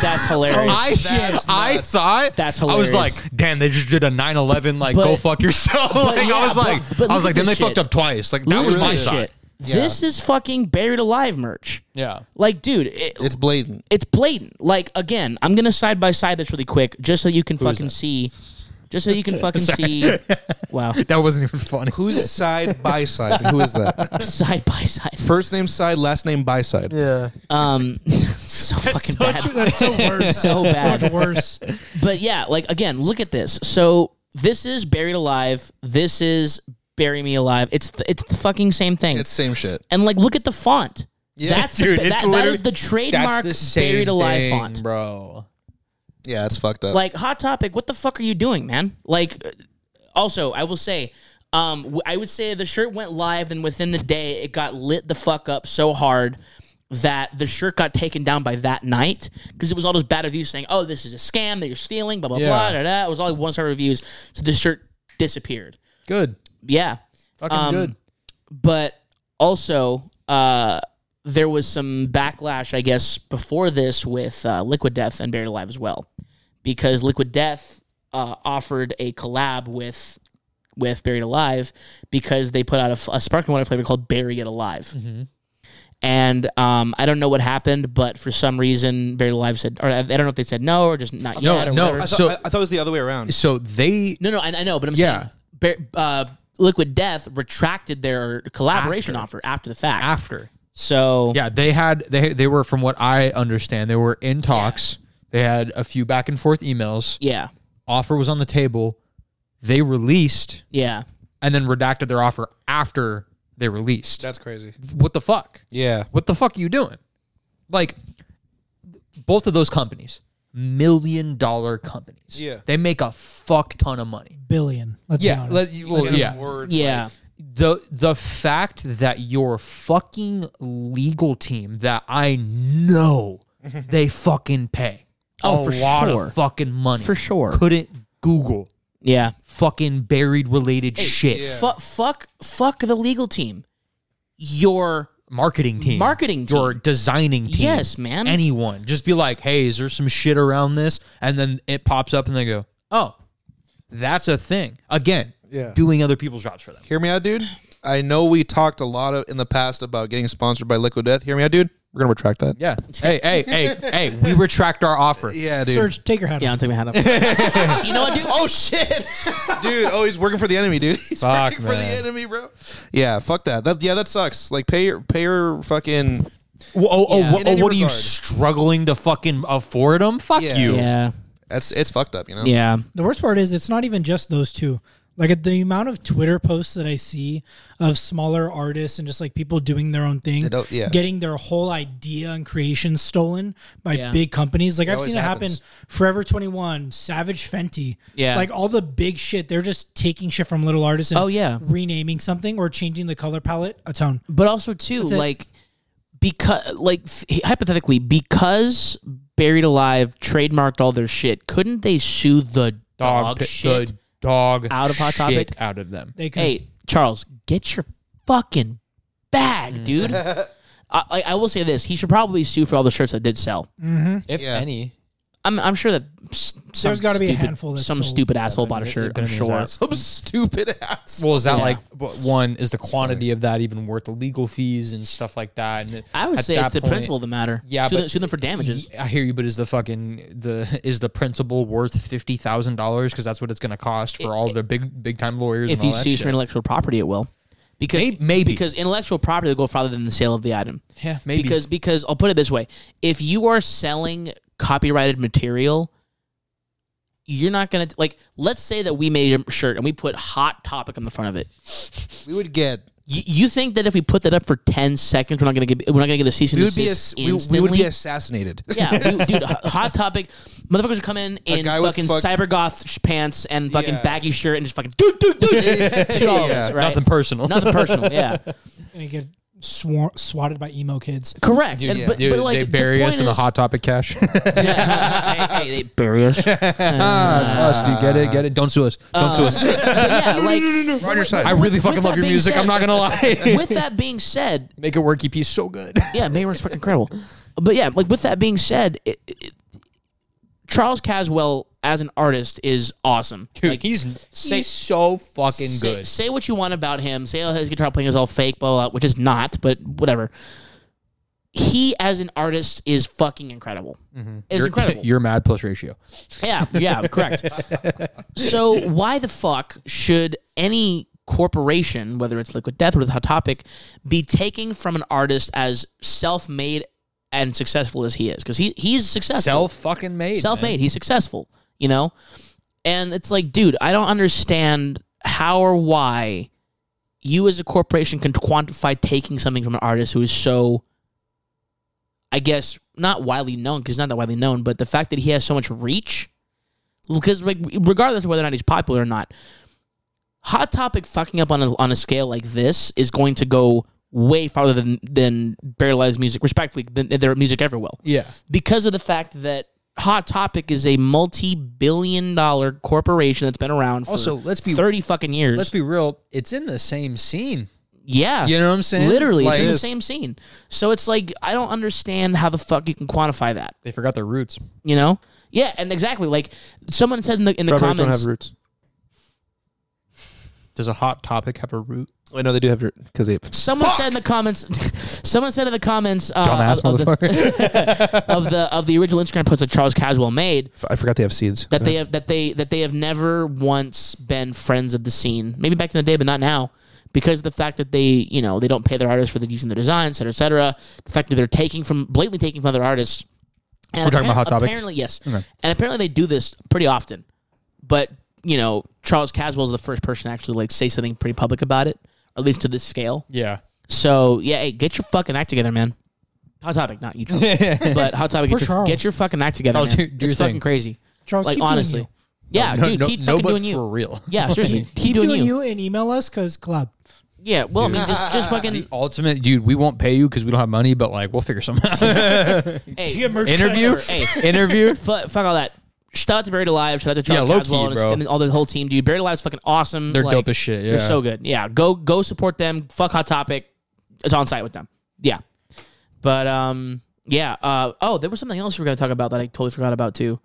That's hilarious.
I
That's
I
nuts.
thought
That's
I was
hilarious.
like, damn, they just did a 9-11, Like,
But-
go fuck yourself. like,
yeah,
I was
but-
like,
but
I
look at
was like, then they
this shit.
fucked up twice. Like that
Look
was
at
my
this
thought.
shit. This is fucking buried alive merch.
Yeah.
Like, dude, it,
It's blatant.
it's blatant. Like again, I'm gonna side by side this really quick, just so you can fucking
that?
see, just so you can fucking see. Wow,
That wasn't even funny.
Who's side by side? Who is that?
side by side.
First name side, last name by side.
Yeah.
Um, so fucking
So
bad.
true- That's so worse.
So bad.
Much worse.
But yeah, like again, look at this. So this is buried alive. This is bury me alive. It's the, it's the fucking same thing.
It's same shit.
and like, look at the font.
Yeah,
that's
dude,
the,
it's
that, that
literally-
is the trademark buried alive font.
bro.
Yeah, it's fucked up.
Like hot topic. What the fuck are you doing, man? Like, uh, also, I will say. Um, w- I would say the shirt went live, and within the day, it got lit the fuck up so hard that the shirt got taken down by that night because it was all those bad reviews saying, "Oh, this is a scam that you're stealing," blah blah
Yeah.
blah. Da, da. It was all one star reviews, so the shirt disappeared.
Good.
Yeah,
Fucking
Um,
good.
but also uh, there was some backlash, I guess, before this with uh, Liquid Death and Buried Alive as well, because Liquid Death uh, offered a collab with with Buried Alive because they put out a, f- a sparkling water flavor called Bury It Alive.
Mm-hmm.
And um, I don't know what happened, but for some reason, Buried Alive said, or I I don't know if they said no or just not
No,
yet. or
no.
whatever.
I thought,
so-
I, I thought it was the other way around.
So they
No, no, I, I know, but I'm
Yeah.
saying Bar- uh, Liquid Death retracted their collaboration
After.
offer after the fact.
after.
So
Yeah, they had they they were from what I understand, they were in talks. They had a few back and forth emails.
yeah,
Offer was on the table. They released
yeah.
and then redacted their offer after they released.
That's crazy.
what the fuck?
Yeah.
What the fuck are you doing? Like both of those companies, million dollar companies.
Yeah.
They make a fuck ton of money.
Billion. Let's be
Yeah.
honest.
let- well, yeah.
Word,
Yeah,
Th- the the fact that your fucking legal team that I know they fucking pay
Oh,
a
for
lot
sure.
of fucking money
For sure.
couldn't Google
Yeah.
fucking buried related shit
Fu- fuck fuck the legal team. Your
marketing team
marketing team.
your designing team
Yes, man.
anyone just be like hey is there some shit around this and then it pops up and they go oh that's a thing again
Yeah.
doing other people's jobs for them
Hear me out, dude. I know we talked a lot of, in the past about getting sponsored by Liquid Death. Hear me out, dude. We're gonna retract that.
yeah hey hey hey hey we retract our offer
Yeah, dude.
Serge, take your hat
yeah,
off.
I'll take my hat off. you know what, dude?
Oh shit, dude! Oh, he's working for the enemy, dude. He's
Fuck,
working for
man.
the enemy, bro. Yeah, fuck that. That yeah, that sucks. Like pay your pay your fucking
Wha- oh, oh,
Yeah.
wha-
In
oh,
any
what are you
regard.
struggling to fucking afford them? Fuck
Yeah.
you.
Yeah.
That's it's fucked up, you know.
Yeah.
The worst part is it's not even just those two. Like at the amount of Twitter posts that I see of smaller artists and just like people doing their own thing,
They don't- yeah.
getting their whole idea and creation stolen by
Yeah.
big companies. Like I've
always
seen it happen.
happens.
Forever Twenty One, Savage Fenty,
Yeah.
like all the big shit. They're just taking shit from little artists. And
Oh, yeah.
renaming something or changing the color palette a tone.
But also too,
it.
like because like th- hypothetically, because Buried Alive trademarked all their shit, couldn't they sue the
Dog,
dog,
pi-
shit?
The dog
Out of Hot
shit
Topic?
out of them.
They could.
hey Charles, get your fucking bag, dude. I, I, I will say this: he should probably sue for all the shirts that did sell.
If any,
I'm, I'm sure that s- some
There's gotta be a
stupid-
handful that
some
sold.
stupid asshole bought a shirt. I'm sure.
Some stupid ass.
well, is that
Yeah.
like but one? Is the quantity of that even worth the legal fees and stuff like that? And
I would
at
say
that
it's the
point-
principle of the matter.
Yeah,
sue,
but-
them- sue them for damages.
I hear you, but is the fucking the is the principal worth fifty thousand dollars? Because that's what it's going to cost for all the big big time lawyers.
if
and
he
all that
sues
shit.
for intellectual property, it will. Because
May- maybe.
because intellectual property will go farther than the sale of the item.
Yeah, maybe.
Because because I'll put it this way: if you are selling copyrighted material, you're not gonna like. Let's say that we made a shirt and we put "hot topic" on the front of it.
we would get
You, you think that if we put that up for ten seconds, we're not gonna get we're not gonna get a cease and
we would be
desist
ass- we, we would
instantly?
be assassinated.
yeah, we, dude, h- hot topic. Motherfuckers would come in in
guy with
fucking
fuck-
cyber goth sh- pants and fucking
Yeah.
baggy shirt and just fucking dude, dude, dude, shit all over us, right?
nothing personal.
Nothing personal, yeah.
and they get swar- swatted by emo kids.
Correct. and, but,
Dude,
but like
they bury
the
us in a
point
hot topic cash.
is- Yeah. hey, hey, they bury us. But
ah, it's us, dude. Get it, get it. Don't sue us. Don't sue us.
yeah, like
on your side.
I really
with
fucking
that
love your
being
music.
said-
I'm not gonna lie.
with that being said,
Make a worky piece so good.
yeah, Mayweather's fucking incredible. But yeah, like with that being said, it, it, Charles Caswell as an artist is awesome. like
he's,
say-
so fucking
say, Say what you want about him. Say oh, his guitar playing is all fake, blah, blah, blah, which is not, but whatever. He as an artist is fucking incredible. It's incredible.
Your mad plus ratio.
Yeah, yeah, correct. so why the fuck should any corporation, whether it's Liquid Death or the Hot Topic, be taking from an artist as self-made and successful as he is? Because he he's successful,
Self fucking made.
self-made. He's successful, you know. And it's like, dude, I don't understand how or why you as a corporation can quantify taking something from an artist who is so I guess not widely known because not that widely known, but the fact that he has so much reach, because like regardless of whether or not he's popular or not, Hot Topic fucking up on a, on a scale like this is going to go way farther than than Bare Lives music, respectfully, than their music ever will,
Yeah.
because of the fact that Hot Topic is a multi billion dollar corporation that's been around for
Also, let's be-
thirty fucking years.
Let's be real. It's in the same scene.
yeah,
You know what I'm saying?
literally
Like-
it's in the same scene. So it's like I don't understand how the fuck you can quantify that.
They forgot their roots.
You know? Yeah, and exactly like someone said in the in the
Strawberries
comments.
roots.
Does a hot topic have a root?
Wait, Oh, no, they do have root because they.
Someone said in the comments. someone said in the comments uh,
Dumbass
of, of the,
motherfucker.
of the of the original Instagram post that Charles Caswell made
I forgot they have seeds.
that they have that they that they have never once been friends of the scene. Maybe back in the day, but not now. Because of the fact that they, you know, they don't pay their artists for the using their designs, et cetera, et cetera. The fact that they're taking from blatantly taking from other artists. And
We're talking about
appar-
Hot Topic?
Apparently, yes. And apparently they do this pretty often. But, you know, Charles Caswell is the first person to actually like say something pretty public about it, at least to this scale.
yeah.
So yeah, hey, get your fucking act together, man. Hot topic, not you, Charles, but hot topic. Get
Poor
your,
Charles.
get your fucking act together,
Charles,
man.
do- do
it's
your thing.
fucking crazy.
Charles,
Like
keep
honestly,
doing
yeah,
No,
dude,
no,
keep
no,
fucking
but
doing you.
for real.
Yeah, seriously,
you.
keep doing you.
and email us because collab.
Yeah, well, I mean, just just fucking
Ultimate, dude, we won't pay you because we don't have money, but like we'll figure something out.
hey,
She a merch
interview,
cutter.
Hey.
interview.
Fu- fuck all that. Shout out to Buried Alive. Shout out to Charles
Yeah, low
Caswell
key,
and, his-
bro.
and all the whole team, dude. Buried Alive is fucking awesome.
They're
Like,
dope as shit,
They're
yeah.
so good. Yeah, go go support them. Fuck Hot Topic. It's on site with them. Yeah, but um, yeah. Uh, oh, there was something else we were gonna talk about that I totally forgot about too.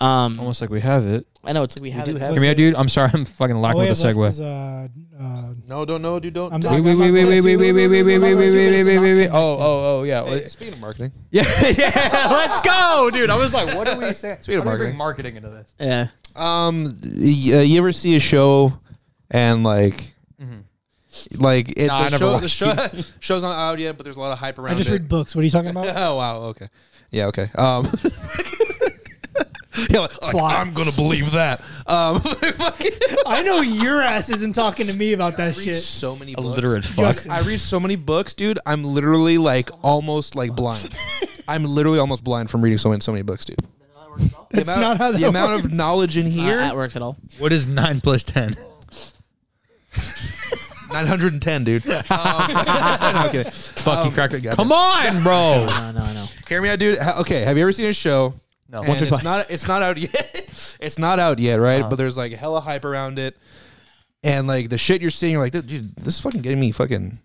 Um,
Almost like we have it.
I know it's like we have.
do
it-
have-
Come here, dude. I'm sorry, I'm fucking
All
lacking
we
with a
have left
segue.
is, uh, uh,
No, don't know, dude. Don't.
I'm-
Wait, wait, wait, wait, wait, wait, wait, wait, wait, wait, wait, wait, wait, wait, wait, wait. Oh, oh, oh, yeah.
Hey, speaking of marketing,
Yeah, yeah. Let's go, dude. I was like, what do we say?
Speaking of
How do we
marketing.
bring marketing into this.
Yeah.
um, y- uh, you ever see a show and like,
Mm-hmm.
like it,
Nah, I
the,
never
show, the
watched
show, show's not out yet, but there's a lot of hype around
I just
it.
read books. What are you talking about?
Oh wow, okay, yeah, okay. Um, yeah, like, like,
Plot.
I'm gonna believe that. Um,
I know your ass isn't talking to me about that
read
shit.
so many books.
Illiterate fuck.
Justin.
I read so many books, dude. I'm literally like almost like blind. I'm literally almost blind from reading so many so many books, dude. The
That's
amount,
not how that
the amount
works.
of knowledge in
Uh,
here,
that works at all.
What is nine plus ten?
910, dude. Um, no, I'm kidding.
Fucking cracked it.
goddamn.
Come on, bro.
No, no, no.
Hear me out, dude. Ha- Okay, have you ever seen a show?
No.
and
Once or
it's
twice.
Not, it's not out yet. it's not out yet, right? But there's like hella hype around it, and like the shit you're seeing, you're like, dude, dude this is fucking getting me fucking.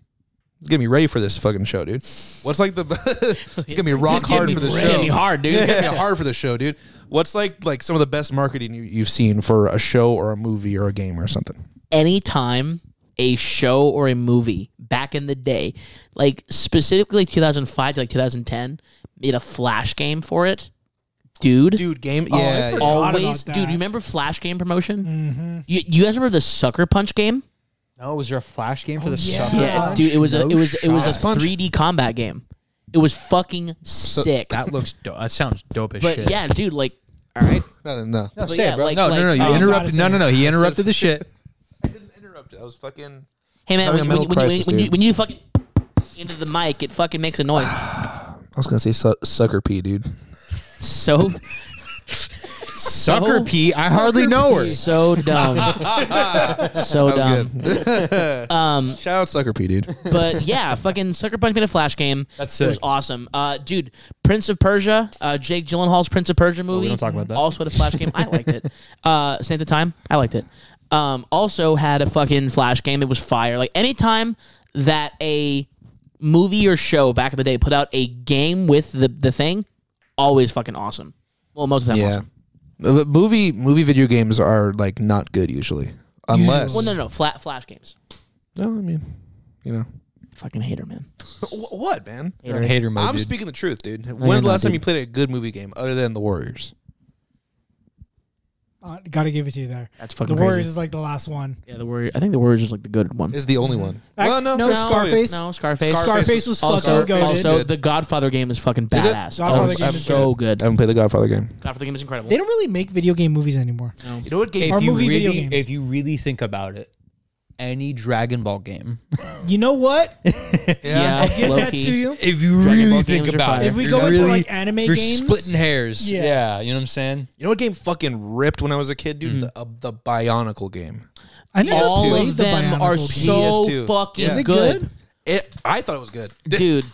it's Getting me ready for this fucking show, dude. What's like the? it's gonna be rock
Get
hard
me
for the
ready.
show.
Get me hard, dude.
It's gonna be hard for the show, dude. What's like like some of the best marketing you, you've seen for a show or a movie or a game or something?
anytime a show or a movie back in the day, like specifically 2005 to like 2010, made a Flash game for it, dude.
Dude, game. yeah,
I forgot.
yeah.
about
always,
that.
dude. You remember Flash game promotion? Mm-hmm. You, you guys remember the Sucker Punch game?
No, was there a flash game for the
yeah.
sucker?
Yeah,
punch?
Dude, it was a
No
it was it was
shot.
a 3D combat game. It was fucking sick.
That looks dope. That sounds dope as
but
shit.
yeah, dude, like, all right,
No, no.
No,
but
say it,
yeah,
bro.
like-
no, no, no,
like-
You
Oh,
interrupted. No, no, no. He interrupted the shit.
I didn't interrupt. I was fucking.
hey man,
Having
when,
a
when,
mental
when, you-
crisis,
when, you,
dude.
when you fucking into the mic, it fucking makes a noise.
I was gonna say su- sucker pee, dude.
So
Sucker P. I hardly know her.
so dumb, so dumb.
That was good. um, Shout out Sucker P, dude.
but yeah, fucking Sucker Punch made a flash game.
That's
It was
sick.
awesome. Uh, dude, Prince of Persia, uh, Jake Gyllenhaal's Prince of Persia movie.
Oh, don't talk about that.
Also had a flash game. I liked it. Uh, Santa Time, I liked it. Um, also had a fucking flash game. It was fire. Like anytime that a movie or show back in the day put out a game with the, the thing, always fucking awesome. Well, most of the time,
Yeah,
awesome.
but movie movie video games are like not good usually, unless.
Well, no, no, no, flat flash games.
No, I mean, you know.
Fucking hater, man.
What, man?
You're in hater mode,
I'm
dude.
speaking the truth, dude. When's the
not,
last time
dude.
you played a good movie game other than The Warriors?
Uh, gotta give it to you there.
That's
The
fucking
Warriors
crazy.
is like the last one.
Yeah, the Warriors. I think the Warriors is like the good one.
Is the only one.
Ac- no,
no,
Scarface.
No, Scarface.
Scarface
Scarface
was-
was
Also,
fucking goaded.
also the Godfather game is fucking
Is it?
badass. It's
Godfather
game is
so good.
I haven't played the Godfather game.
Godfather game is incredible.
they don't really make video game movies anymore.
You know what game?
Or movie video games.
if you really think about it, any Dragon Ball game.
You know what?
yeah,
Give
low
that to
key.
you.
If you
Dragon
really
Ball
think
games are
about
fire.
it,
If we
you're
go into
really-
like anime
you're
games,
splitting hairs.
Yeah.
Yeah. you know what I'm saying.
You know what game fucking ripped when I was a kid,
Mm-hmm.
dude? The uh, the Bionicle game.
I never
All
played
of
the
them
Bionicle
are
game.
so
PS2.
fucking
Yeah. Is it
good,
It. I thought it was good.
dude.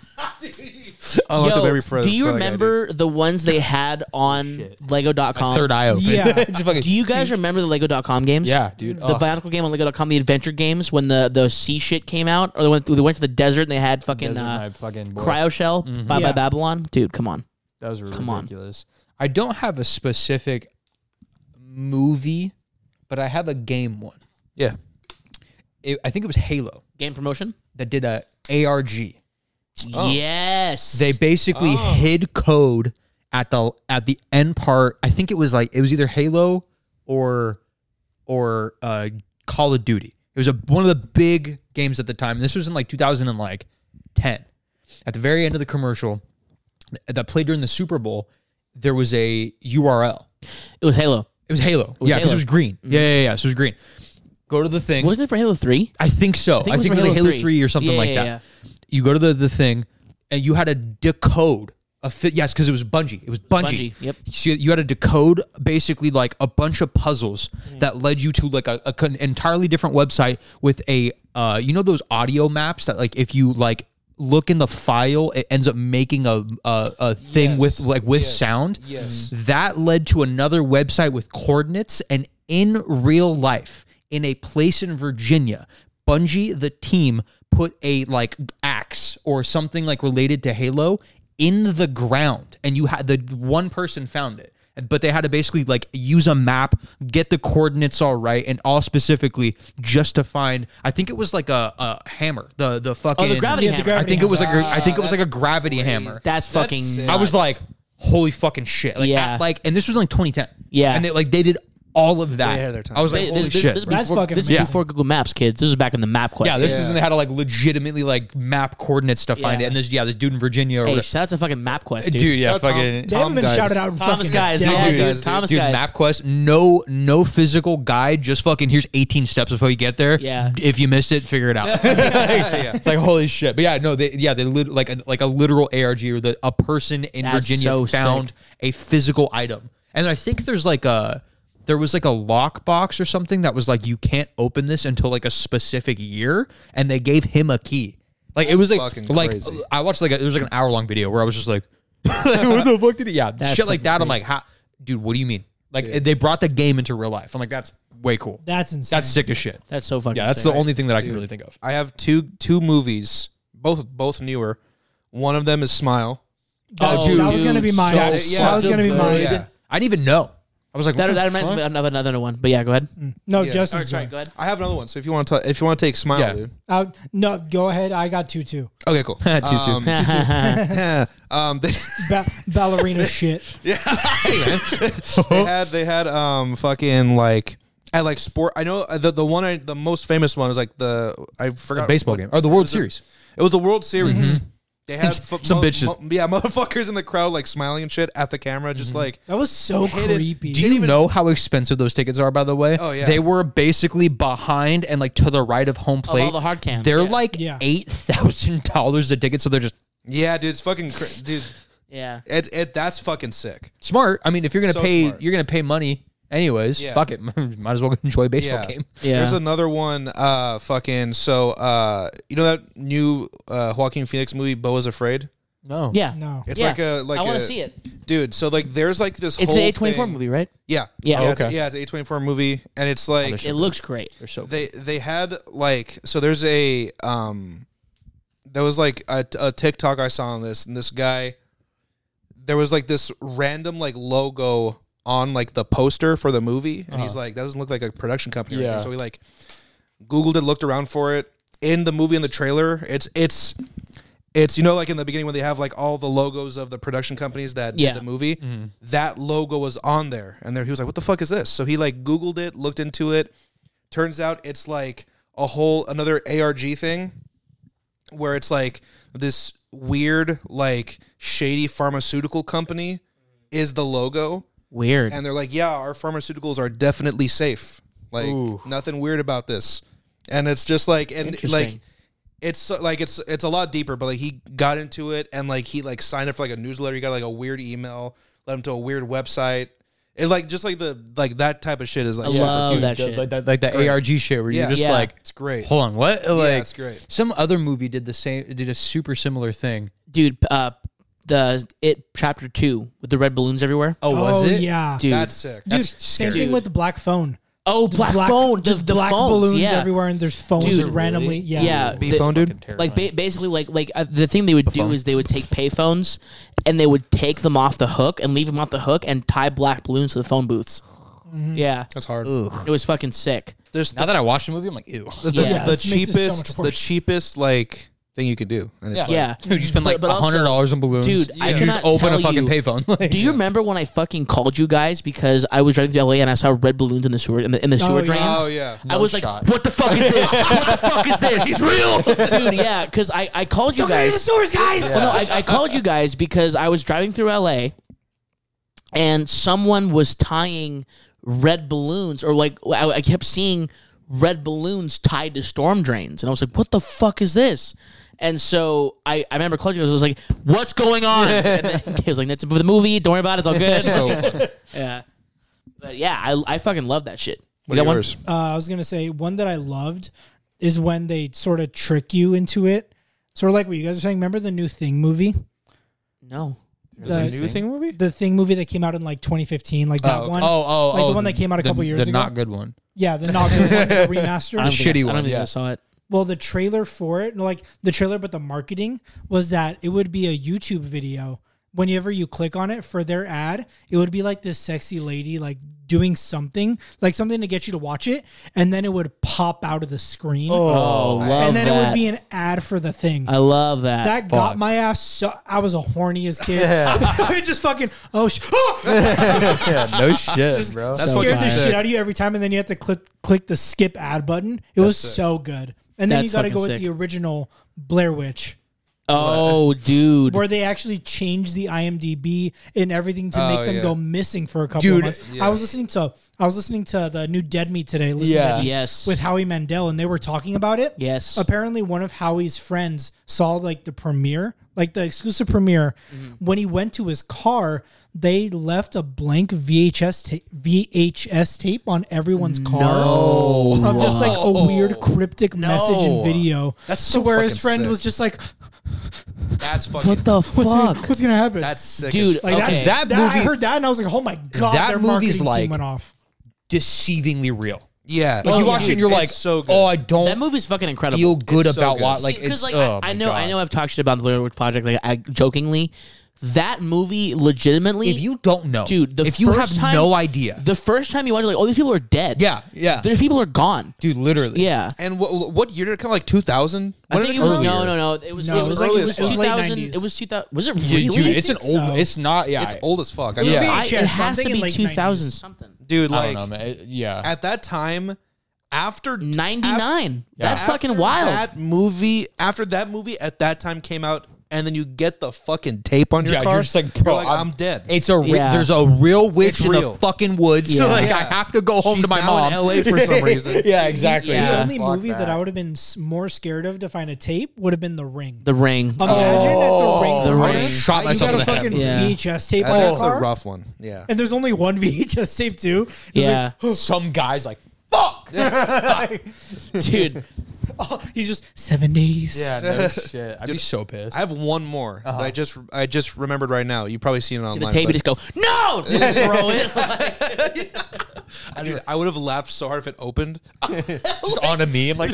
I looked
Yo,
up every pro-
do you
pro that guy, dude.
remember the ones they had on Lego.com?
Third eye open.
Yeah.
Just fucking-
do you guys remember the Lego.com games?
yeah, dude. Oh.
The
Ugh.
Bionicle game on Lego.com, the adventure games, when the, the sea shit came out, or they went, they went to the desert Mm-hmm. and they had fucking
Desert,
uh,
my fucking boy.
Cryo Shell, Bye
Yeah.
Bye Babylon. Dude, come on.
Those were
Come on.
ridiculous. I don't have a specific movie, but I have a game one.
Yeah.
It, I think it was Halo
Game promotion?
that did a ARG.
Yes. Oh.
Oh. They basically hid code at the at the end part. I think it was like it was either Halo or or uh, Call of Duty. It was a, one of the big games at the time. This was in like 2000 and like 10. At the very end of the commercial that played during the Super Bowl, there was a URL.
it was Halo.
It was Halo.
was Halo.
yeah, because
Mm-hmm.
it was green. Yeah, yeah, yeah. So it was green. Go to the thing.
Wasn't it for Halo 3?
I think so. I think, it was, like Halo 3. or something
Yeah,
like
yeah,
that. You go to the, the thing and you had to decode A fi- yes, because it was Bungie. It was Bungie.
Bungie, yep.
So you had to decode basically like a bunch of puzzles that led you to like a, a con- entirely different website with a uh, you know those audio maps that like if you like look in the file it ends up making a a, a thing
Yes.
with like with
Yes.
sound.
Yes.
That led to another website with coordinates and in real life, in a place in Virginia, Bungie, the team, put a like axe or something like related to Halo in the ground. And you had the one person found it. But they had to basically like use a map, get the coordinates all right, and all specifically just to find. I think it was like a, a hammer, the the fucking
gravity Yeah, Oh, the hammer.
I
gravity
think it was like a, I think it
Ah,
was like a
that's
gravity hammer.
That's,
That's
fucking.
sick.
I
nuts.
was like, holy fucking shit. Like,
Yeah.
at- like, and this was like 2010.
Yeah.
And they like they did all of that.
They had their time.
I was like,
They-
holy
this, this,
shit.
this is
That's
before,
fucking
this is
amazing.
before Google Maps, kids. This is back in the map quest.
yeah, this is
Yeah.
when they had to like legitimately like map coordinates to find
Yeah.
it. And this yeah, this dude in Virginia or
Hey,
whatever-
shout out to fucking MapQuest, dude.
dude, yeah,
Shout out
fucking
They haven't
Tom
been
guys.
shouted out. in
Thomas
fucking
guys, yeah,
decades.
dude. Thomas
dude,
guys.
MapQuest, no, no physical guide, just fucking here's 18 steps before you get there.
Yeah.
If you missed it, figure it out. It's like holy shit. But yeah, no, they yeah, they lit, like a, like a literal ARG or the a person in
That's
Virginia
so
found a physical item. And I think there's like a there was like a lockbox or something that was like you can't open this until like a specific year and they gave him a key. Like it was like
fucking
like
crazy.
I watched like a, it was like an hour long video where I was just like, like, what the fuck did he? Yeah, shit like
fucking
that. I'm like, how, dude, what do you mean? Like they brought the game into real life. I'm like, that's way cool.
That's insane.
That's sick as shit.
That's so fucking.
Yeah, that's the
insane.
only thing that I can really think of.
I have two two movies, both both newer. One of them is Smile.
That-
Oh,
that was
dude,
gonna be mine.
so
that
yeah,
was gonna be
so
mine.
good. Yeah.
I didn't even know. I was like,
That,
what
that
the
reminds
fuck?
me of another, another one, but yeah, go ahead.
No,
Yeah.
Justin's
Sorry,
one.
go ahead.
I have another one. So if you want to, if you want to take Smile,
Yeah.
dude.
Uh, no, go ahead. I got two too.
Okay, cool.
Two, two.
Um, um, they,
Ba- ballerina shit.
they had they had um fucking like at like sport. I know uh, the the one I the most famous one was like the I forgot
baseball
what-
game or the World Series.
It was the World Series. They had fu-
Mm-hmm. Some bitches.
yeah, motherfuckers in the crowd like smiling and shit at the camera,
Mm-hmm.
just like
That was so
Hit it.
creepy.
Do you know how expensive those tickets are? By the way,
Oh, yeah.
they were basically behind and like to the right of home plate.
the hard cams,
They're
yeah.
like
Yeah.
eight thousand dollars a ticket, so they're just
yeah, dude, it's fucking cra- dude.
Yeah.
It, it that's fucking sick.
smart. I mean, if you're gonna
So
pay,
smart.
you're gonna pay money anyways.
Yeah.
Fuck it, might as well enjoy a baseball
Yeah.
game.
Yeah.
There's another one, uh, fucking. So, uh, you know that new uh, Joaquin Phoenix movie, Bo is Afraid.
No,
Yeah.
No.
It's
Yeah.
like a like
I want
a-
to see it.
dude. So like, there's like this.
It's
whole
an A24
thing-
movie, right?
Yeah,
Yeah.
yeah,
Oh,
it's,
okay.
yeah, it's an A24 movie, and it's like
It looks great.
they're so.
they they had like so there's a um there was like a, a TikTok I saw on this and this guy there was like this random like logo on like the poster for the movie and he's like that doesn't look like a production company or
Yeah.
anything. so he like googled it looked around for it in the movie in the trailer it's it's it's you know like in the beginning when they have like all the logos of the production companies that
Yeah.
did the movie that logo was on there and there he was like what the fuck is this so he like googled it looked into it turns out it's like a whole another ARG thing where it's like this weird like shady pharmaceutical company is the logo
Weird.
and they're like yeah our pharmaceuticals are definitely safe like nothing weird about this and it's just like and like
Interesting.
it's so- like it's it's a lot deeper but like he got into it and like he like signed up for like a newsletter he got like a weird email led him to a weird website it's like just like the like that type of shit is like
I
super
love
cute.
Oh, that shit.
like that, like the ARG shit where
Yeah.
you're just
Yeah.
like,
it's great
hold on, what? Like,
it's great.
Some other movie did the same, did a super similar thing.
dude, uh, the it chapter two with the red balloons everywhere.
Oh, was
oh
it?
yeah.
Dude.
that's sick
Dude,
That's
same
scary.
thing with the black phone.
oh,
The
black, phone. The,
just
the
black
phones,
balloons
yeah.
everywhere, and there's phones
Dude,
just randomly.
really?
Yeah.
Yeah.
B
the-
phone, dude.
Like ba- basically, like like uh, the thing they would do
phone.
is they would take payphones and they would take them off the hook and leave them off the hook and tie black balloons to the phone booths. Yeah,
That's hard.
it was fucking sick.
There's
now that I watched the movie, I'm like, ew.
the, the,
Yeah. Yeah,
the
it makes it so
cheapest,
much
the
worse.
cheapest like thing you can do. And it's
yeah,
Dude, you spend like
But- but also-
hundred dollars on balloons.
Dude, I
you just
cannot
open a
tell
fucking
you-
payphone. Like,
Do you remember when I fucking called you guys because I was driving through LA and I saw red balloons in the sewer in the, in the sewer
yeah.
drains?
Oh, yeah.
I was
shot.
like, "What the fuck is this? what the fuck is this? He's real, dude." Yeah, because I I called you guys.
guys.
Well, no, I, I called you guys because I was driving through LA and someone was tying red balloons, or like I, I kept seeing red balloons tied to storm drains, and I was like, "What the fuck is this?" And so I, I remember clutching. I was like, "What's going on?" and then he was like, "That's for the movie. Don't worry about it. It's all good."
So fun.
yeah, but yeah, I, I fucking love that shit.
What
You
are
got one?
yours?
Uh, I was gonna say one that I loved is when they sort of trick you into it, sort of like what you guys are saying. Remember the new Thing movie,
No.
There's a
That-
new thing movie?
the Thing movie that came out in like 2015, like that
Oh,
one.
okay.
Oh, oh,
Like the
oh,
one that came out a couple years
the
ago?
not good one.
Yeah, the not good one, the remastered.
I don't think I-
shitty
I
one,
don't think I
yeah.
saw it.
well, the trailer for it, like the trailer, but the marketing was that it would be a YouTube video. Whenever you click on it for their ad, it would be like this sexy lady like doing something, like something to get you to watch it, and then it would pop out of the screen,
Oh, love
and then it
that.
would be an ad for the thing.
I love that.
that got my ass. So I was a horny as kid. I just fucking oh, sh-
Yeah, no shit, bro.
That's
scared the
fucking sick.
shit out of you every time, and then you have to click click the skip ad button. It was so good. And then
That's
you got to
fucking
go with
sick.
the original Blair Witch,
oh, dude.
where they actually changed the IMDb and everything to
Oh,
make them
yeah.
go missing for a couple
Dude,
of months.
yeah.
I was listening to I was listening to the new Dead Meat today. Listen
Yeah.
to Dead Meat
Yes.
with Howie Mandel, and they were talking about it.
Yes.
Apparently, one of Howie's friends saw like the premiere, like the exclusive premiere.
Mm-hmm.
When he went to his car, they left a blank VHS ta- VHS tape on everyone's car of just like a weird cryptic message and
No.
video.
That's
to
so
where his
fucking
friend
sick.
was just like,
That's fucking.
what the
"What's gonna,
fuck?
what's gonna happen?"
That's sick.
Dude,
as-
like
Okay.
that's, that,
That
movie. I
movie-
heard that and I was like, "Oh my god!"
That
their
movie's
marketing team
like-
went off.
Deceivingly real.
yeah.
Oh,
Like you watch it and you're
It's
like,
so good.
oh, I don't
that movie's fucking incredible.
feel good
It's so
about
good.
what. Like,
See,
it's,
like
oh
I, I
my
know I
God.
know I've talked shit about the Blair Witch Project like I, jokingly. That movie legitimately
If you don't know,
dude, the
if you
first
have
time-
no idea,
the first time you watch it like oh these people are dead.
yeah, yeah,
These people are gone.
dude, literally,
Yeah.
And what, what year did it come? Like 2000?
I
When
think
did
it was
come
no,
out?
no, no. It was
No,
it was like it
early
was
as fuck.
2000.
Late 90s.
It was 2000. Was it
Yeah,
really?
dude, it's an
think
old.
so.
It's not. Yeah,
It's
I-
old as fuck. I
was
know.
Yeah.
I, it
VHS, I'm
has to
thinking
be
late
2000 something.
Dude,
I
like
don't know, man. It- yeah,
at that time, after
99. That's
after
fucking wild.
That movie after that movie at that time came out, and then you get the fucking tape on your
yeah.
car.
You're just like, bro,
you're like, I'm, dead.
It's a re-
Yeah.
there's a real witch
It's
in
real.
the fucking woods. So
Yeah.
like, I
Yeah.
have to go home
She's
to my
now
mom.
in LA for some reason.
yeah, exactly.
Yeah.
The only movie that. I would have been s- more scared of to find a tape would have been The Ring.
the ring.
Imagine at The Ring.
The
comes,
Ring.
oh, Shot
You
myself
got
in
a
the head.
fucking
Yeah.
VHS tape
That-
on your
that's a
car,
rough one. Yeah.
and there's only one VHS tape too. It's
yeah.
Some guys like fuck.
Dude,
like, he's just seven days.
no shit. I'd be so pissed.
I have one more
Uh-huh.
that I just I just remembered right now. You probably seen it
the
online.
tape
but-
you just go, no! Throw it.
dude, I would have laughed so hard if it opened.
Just on a meme like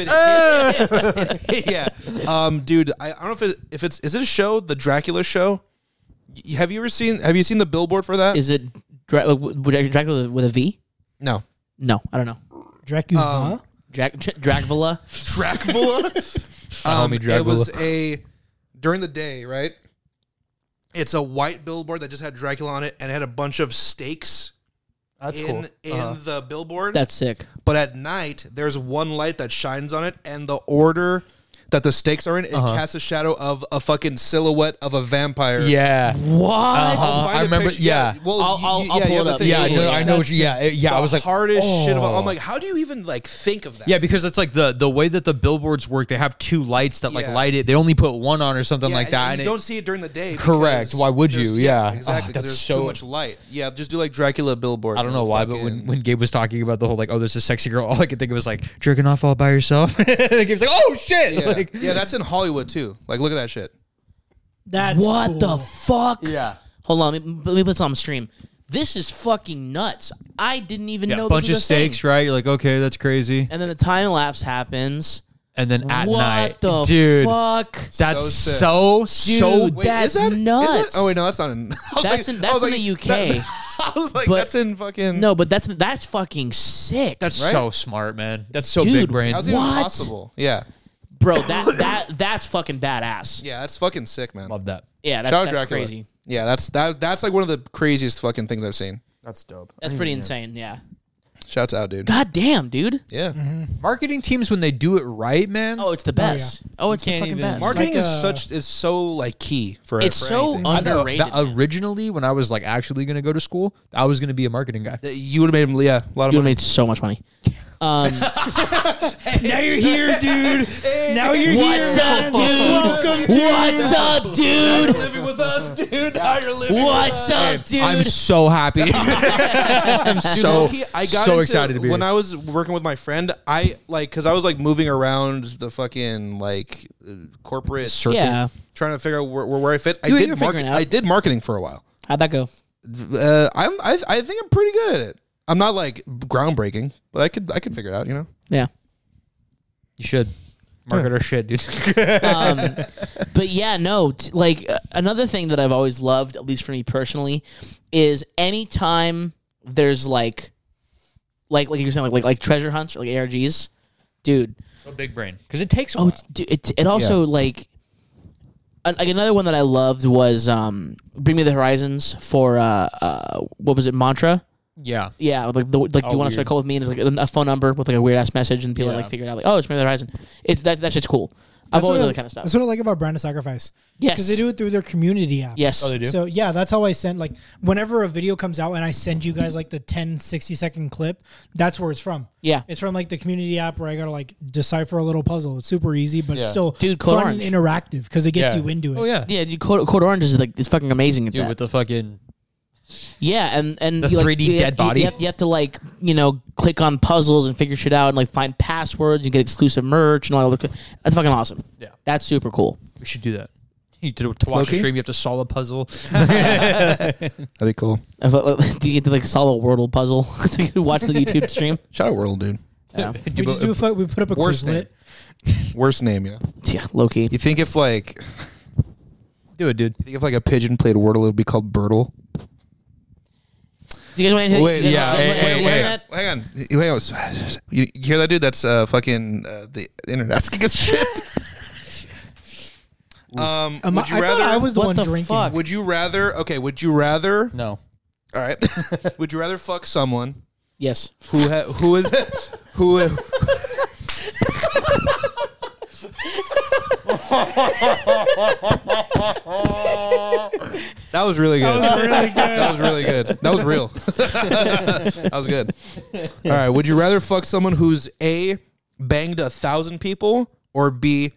yeah, um, dude, I, I don't know if, it, if it's is it a show, the Dracula show. Y- Have you ever seen Have you seen the billboard for that?
Is it Dra- like, w- Dra- Dracula with a- with a V?
no,
No, I don't know.
Dracula.
Um, Dra- Dracula.
Dracula. um,
homie
It was a during the day, right? It's a white billboard that just had Dracula on it, and it had a bunch of stakes
that's Uh-huh.
in in the billboard.
That's sick.
but at night there's one light that shines on it and the order that the stakes are in it casts a shadow of a fucking silhouette of a vampire
Uh-huh. Yeah. Uh-huh.
What?
I'll find
I
a
remember-
picture-
yeah.
well
I'll-
you-
I'll-
you-
I'll
yeah,
pull
you
it
have the
up.
thing
Yeah, I
you
know,
look
I
at.
know what you, yeah, it- yeah.
The
I was like,
hardest shit of all.
oh.
I'm like, how do you even like think of that?
yeah, because it's like the the way that the billboards work, they have two lights that like
Yeah.
light it. They only put one on or something
Yeah,
like
and-
that.
and
and
you
it-
don't see it during the day.
Correct.
because
Why would
there's-
you? Yeah. Oh,
exactly. 'cause
that's
there's
so-
too much light. Yeah, just do like Dracula billboard.
I don't know
and
why, but when,
fucking-
when Gabe was talking about the whole like, oh, there's a sexy girl, all I could think of was like jerking off all by yourself. and Gabe's like, oh shit,
yeah.
like
yeah, that's in Hollywood too. Like, look at that shit.
That's
what
cool.
the fuck?
yeah,
Hold on, let me, let me put this on stream. This is fucking nuts. I didn't even know.
bunch
this
of
was a thing.
stakes, right? You're like, okay, that's crazy.
And then the time lapse happens.
And then at
what
night,
the
dude,
fuck?
that's
So sick.
so so.
Dude, that's nuts.
Oh wait, no, that's not in. I was
That's in-
like- I
that's
was
in
like,
the UK.
that- I was like,
But-
that's in fucking.
No, but that's that's fucking sick.
That's
Right?
so smart, man. That's so
Dude,
big brain.
how's it even
What?
possible? Yeah,
bro. That that that's fucking badass. Yeah,
yeah, that's fucking sick, man.
Love that.
that,
Shout out
that's
Dracula.
crazy.
Yeah, that's that. That's like one of the craziest fucking things I've seen.
That's dope.
That's pretty insane. Yeah.
Shouts out, dude.
God damn, dude.
Yeah,
Mm-hmm.
Marketing teams when they do it right, man.
Oh, it's the best. Oh, it's the
can't
fucking
even-
best.
Mark-
marketing
Like,
is
uh,
such is so like key for.
it's
for
so
anything.
I thought
underrated.
that uh, originally, when I was like actually going to go to school, I was going to be a marketing guy.
you would have made him. Yeah, a lot of
You
money.
made so much money.
now you're here, dude. Now you're
What's
here.
up, dude?
Welcome, dude.
What's up, dude?
living with us, dude. Now you're living.
What's up, dude?
I'm so happy. I'm so
Low-key, I got
Oh, so
into-
excited to be
when
here.
I was working with my friend. I like because I was like moving around the fucking like uh, corporate circuit,
Yeah.
trying to figure out where, where, where I fit. I
You- you were
did
figuring
market.
it out.
I did marketing for a while.
How'd that go?
Uh, I'm I, I think I'm pretty good at it. I'm not like groundbreaking, but I could I could figure it out. You know.
Yeah.
you should market our shit, dude.
um, but yeah, no. T- like uh, another thing that I've always loved, at least for me personally, is anytime there's like, like like you were saying, like like, like treasure hunts or like ARGs, dude.
so big brain because it takes. A
Oh, it's, dude, it it also like. an- Like another one that I loved was um, "Bring Me the Horizons" for uh, uh, what was it? Mantra,
yeah.
yeah. Like, the, like, do you want to start a call with me? And it's like a phone number with like a weird ass message, and people
Oh, Yeah.
like figure it out. Like, oh, it's Bring Me the Horizon. It's that that shit's cool. I've
That's what
always
I-
loved that kind of stuff.
That's what I like about Brand of Sacrifice.
Yes.
Because they do it through their community app.
Yes.
Oh, they do.
So yeah, that's how I send like whenever a video comes out and I send you guys like the 10 60 second clip, that's where it's from.
Yeah.
It's from like the community app where I got to like decipher a little puzzle. It's super easy, but it's still
Dude, Code
fun
Orange.
and interactive because it gets
Yeah.
you into it.
Oh yeah.
Yeah, dude, Code, Code Orange is like it's fucking amazing at
Dude,
that.
with the fucking
yeah, and and
The
you, like,
3D
you-
dead
you-
body.
You have, you have to like you know click on puzzles and figure shit out and like find passwords and get exclusive merch and all that. That's fucking awesome.
Yeah.
that's super cool.
we should do that. You to, to watch the
Loki?
stream, you have to solve a puzzle.
That'd be cool.
If, uh, do you get to like solve a wordle puzzle to watch the YouTube stream?
Shout out World, dude.
Yeah,
We just do a, fu- we put up a
Worst
Quizlet.
Worst name, you know.
yeah low key.
You think if like you
do it, dude.
think if like a pigeon played Wordle, it would be called Birdle.
Do you guys want anything?
Wait,
you guys
yeah,
want- you guys
hey,
want anything
hey, hey.
on that?
Hang on, You- hang on. You, you hear that, dude? That's uh, fucking uh, the internet asking us shit. um,
Am I,
would you
I thought
rather?
I was the
What
one
the
drinking.
fuck?
would you rather? Okay, would you rather?
No.
All right. would you rather fuck someone
Yes.
who ha- who is who? that was really good.
Really good.
That was really good. That was real. that was good. All right. Would you rather fuck someone who's A, banged a thousand people, or B,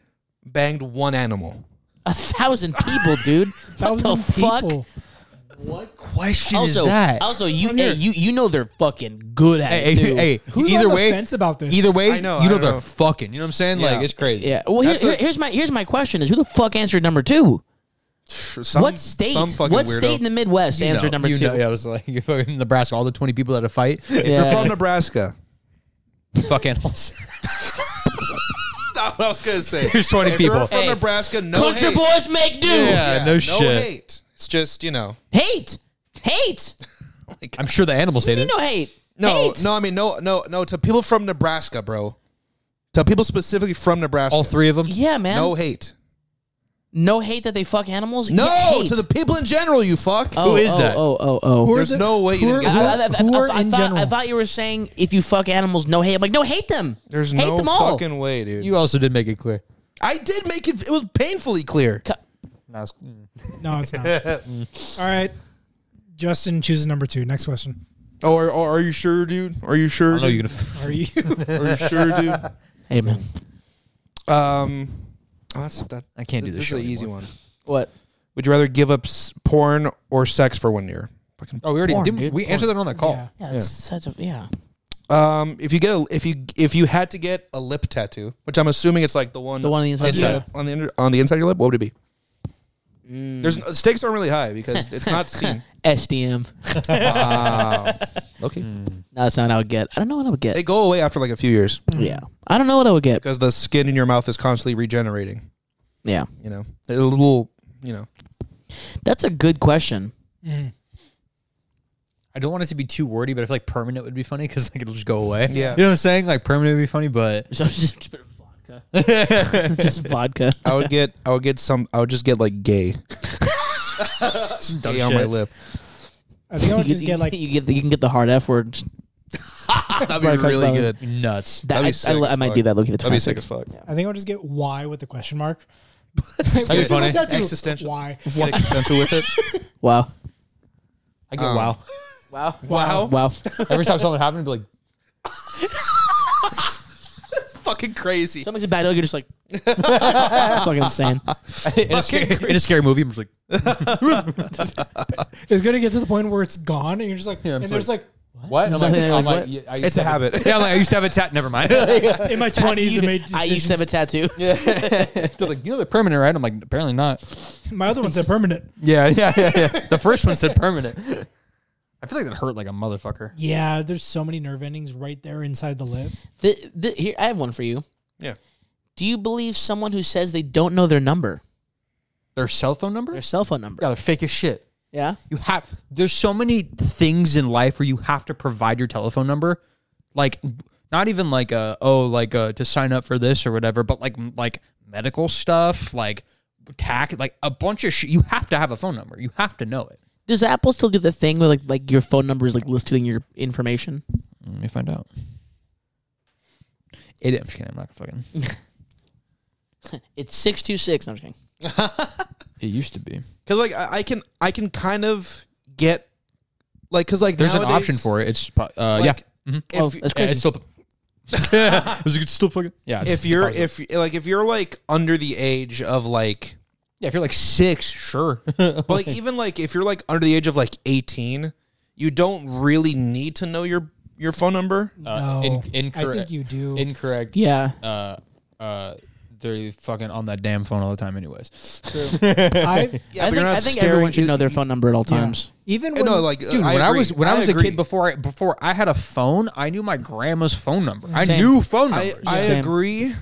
banged one animal?
A thousand people, dude. what the
Thousand
fuck?
people.
What question
Also, also, you, hey, you you know they're fucking good at
Hey,
it too.
hey, hey,
Who's
either
on
way,
the fence about this?
either way,
I know,
you
I
know
don't
they're
know.
fucking. You know what I'm saying? Like
Yeah.
it's crazy.
Yeah. Well, here,
That's
here,
a-
here's my here's my question: Is who the fuck answered number two?
Some,
what state?
Some fucking
what
weirdo.
state in the Midwest
You
answered
know,
number
you
two?
Know, yeah, I was like, you're fucking Nebraska. All the 20 people at a fight,
You're
Yeah.
from Nebraska.
fuck animals.
That's what I was gonna say.
There's 20
If
people.
You're from
Hey.
Nebraska. No
Culture
hate.
boys make do.
Yeah. no shit.
hate. It's just you know.
Hate, hate.
I'm sure the animals hate it.
No hate.
No,
hate.
no. I mean, no, no, no. To people from Nebraska, bro. To people specifically from Nebraska.
All three of them.
Yeah, man.
no
No,
hate.
hate that they fuck animals.
No
Yeah, hate.
to the people in general. You fuck.
Oh,
Who is
oh,
that?
Oh, oh, oh.
Who are
There's
the-
no way you
who
didn't
are-
get
who-
that.
Who are
I,
in
thought, I
general?
thought you were saying if you fuck animals, no hate. I'm like, no, hate them.
There's
hate
no
them all.
fucking way, dude.
You also did make it clear.
I did make it. It was painfully clear.
Co-
No, it's- mm.
No, it's not. All right. Justin chooses number two. Next question.
Oh, are, are you sure, dude? Are you
I
sure?
don't know you're
dude?
gonna. F-
Are you?
Are you sure, dude?
Hey, man.
Um, oh, that's that.
I can't do this.
This is
show
an easy
anymore.
one.
What?
Would you rather give up s- porn or sex for one year? Fucking
Oh, we already
Porn,
didn't.
dude,
we
porn.
answered that on the call.
Yeah.
Yeah, that's such a yeah.
Um, if you get a, if you if you had to get a lip tattoo, which I'm assuming it's like the one Hmm.
The one on the inside.
inside-
Yeah.
on the inter- on the inside of your lip, what would it be? There's n- stakes aren't really high because it's not seen.
SDM.
wow. Hmm. Okay,
No, that's not what I would get. I don't know what I would get.
they go away after like a few years
yeah, I don't know what I would get.
because the skin in your mouth is constantly regenerating.
Yeah,
You know, They're a little. You know,
that's a good question.
I don't want it to be too wordy, but I feel like permanent would be funny because like it'll just go away.
Yeah.
You know what I'm saying? Like permanent would be funny, but
So just, just a bit of vodka. just vodka.
I would get I would get some. I would just get like gay. gay on my lip.
I think I would
you,
just
you-
get like
you get the, you can get the hard F word.
That'd be
Right, 'cause
really
that would-
good.
nuts.
That,
That'd be
I, I,
sick
li-
as
I might
fuck.
do that. Look at the
That'd be sick as fuck.
I think I'll just get why with the question mark.
That'd be funny.
Tattoo.
Existential.
Why?
Get existential with it.
Wow.
I get wow.
Wow.
Wow.
Wow.
Oh.
Every time something happened, I'd be like,
fucking crazy.
Something's bad. You're just like fucking insane.
in, a scary, in a scary movie, I'm just like,
It's gonna get to the point where it's gone, and you're just like, and
just
there's like
what? And I'm like,
Yeah, like,
I'm like,
what?
yeah, I used
It's
to
a
have
habit.
Yeah, I'm like, I used to have a tat. Never mind. They're
in my twenties, I made
E
I used to have a tattoo.
like, you know, they're permanent, right? I'm like, apparently not.
my other one's a permanent.
Yeah, yeah, yeah, yeah. The first one said permanent. I feel like that hurt like a motherfucker.
Yeah, there's so many nerve endings right there inside the lip.
The, the, here, I have one for you.
Yeah.
Do you believe someone who says they don't know their number,
Their cell phone number?
their cell phone number?
Yeah, they're fake as shit.
Yeah.
You have there's so many things in life where you have to provide your telephone number, like not even like uh oh like uh to sign up for this or whatever, but like like medical stuff, like tax, like a bunch of shit. You have to have a phone number. You have to know it.
Does Apple still do the thing where like like your phone number is like listed in your information?
Mm, Let me find out. It, I'm just kidding. I'm not fucking.
It's six two six. I'm just kidding.
It used to be.
Because like I, I can I can kind of get like because like
There's an
nowadays,
option for it. It's uh, yeah.
Like,
Oh,
If,
that's
Yeah,
crazy.
it's still. it was still fucking. Yeah. it's-
if you're
it powers up.
if like if you're like under the age of like
yeah, if you're like six, sure.
but like even like if you're like under the age of like 18 you don't really need to know your your phone number
Uh,
No.
in-
I think
incorrect.
you do.
Incorrect.
yeah.
Uh, uh, they're fucking on that damn phone all the time, anyways.
I
yeah
I
but
think,
you're not
I think
staring-
everyone should
you-
know their phone number at all times.
even
you
when
know, like uh,
Dude, when I
agree.
was when I, was a
agree.
kid before I before I had a phone, I knew my grandma's phone number. I
Same.
knew phone
I,
numbers.
I
Same.
agree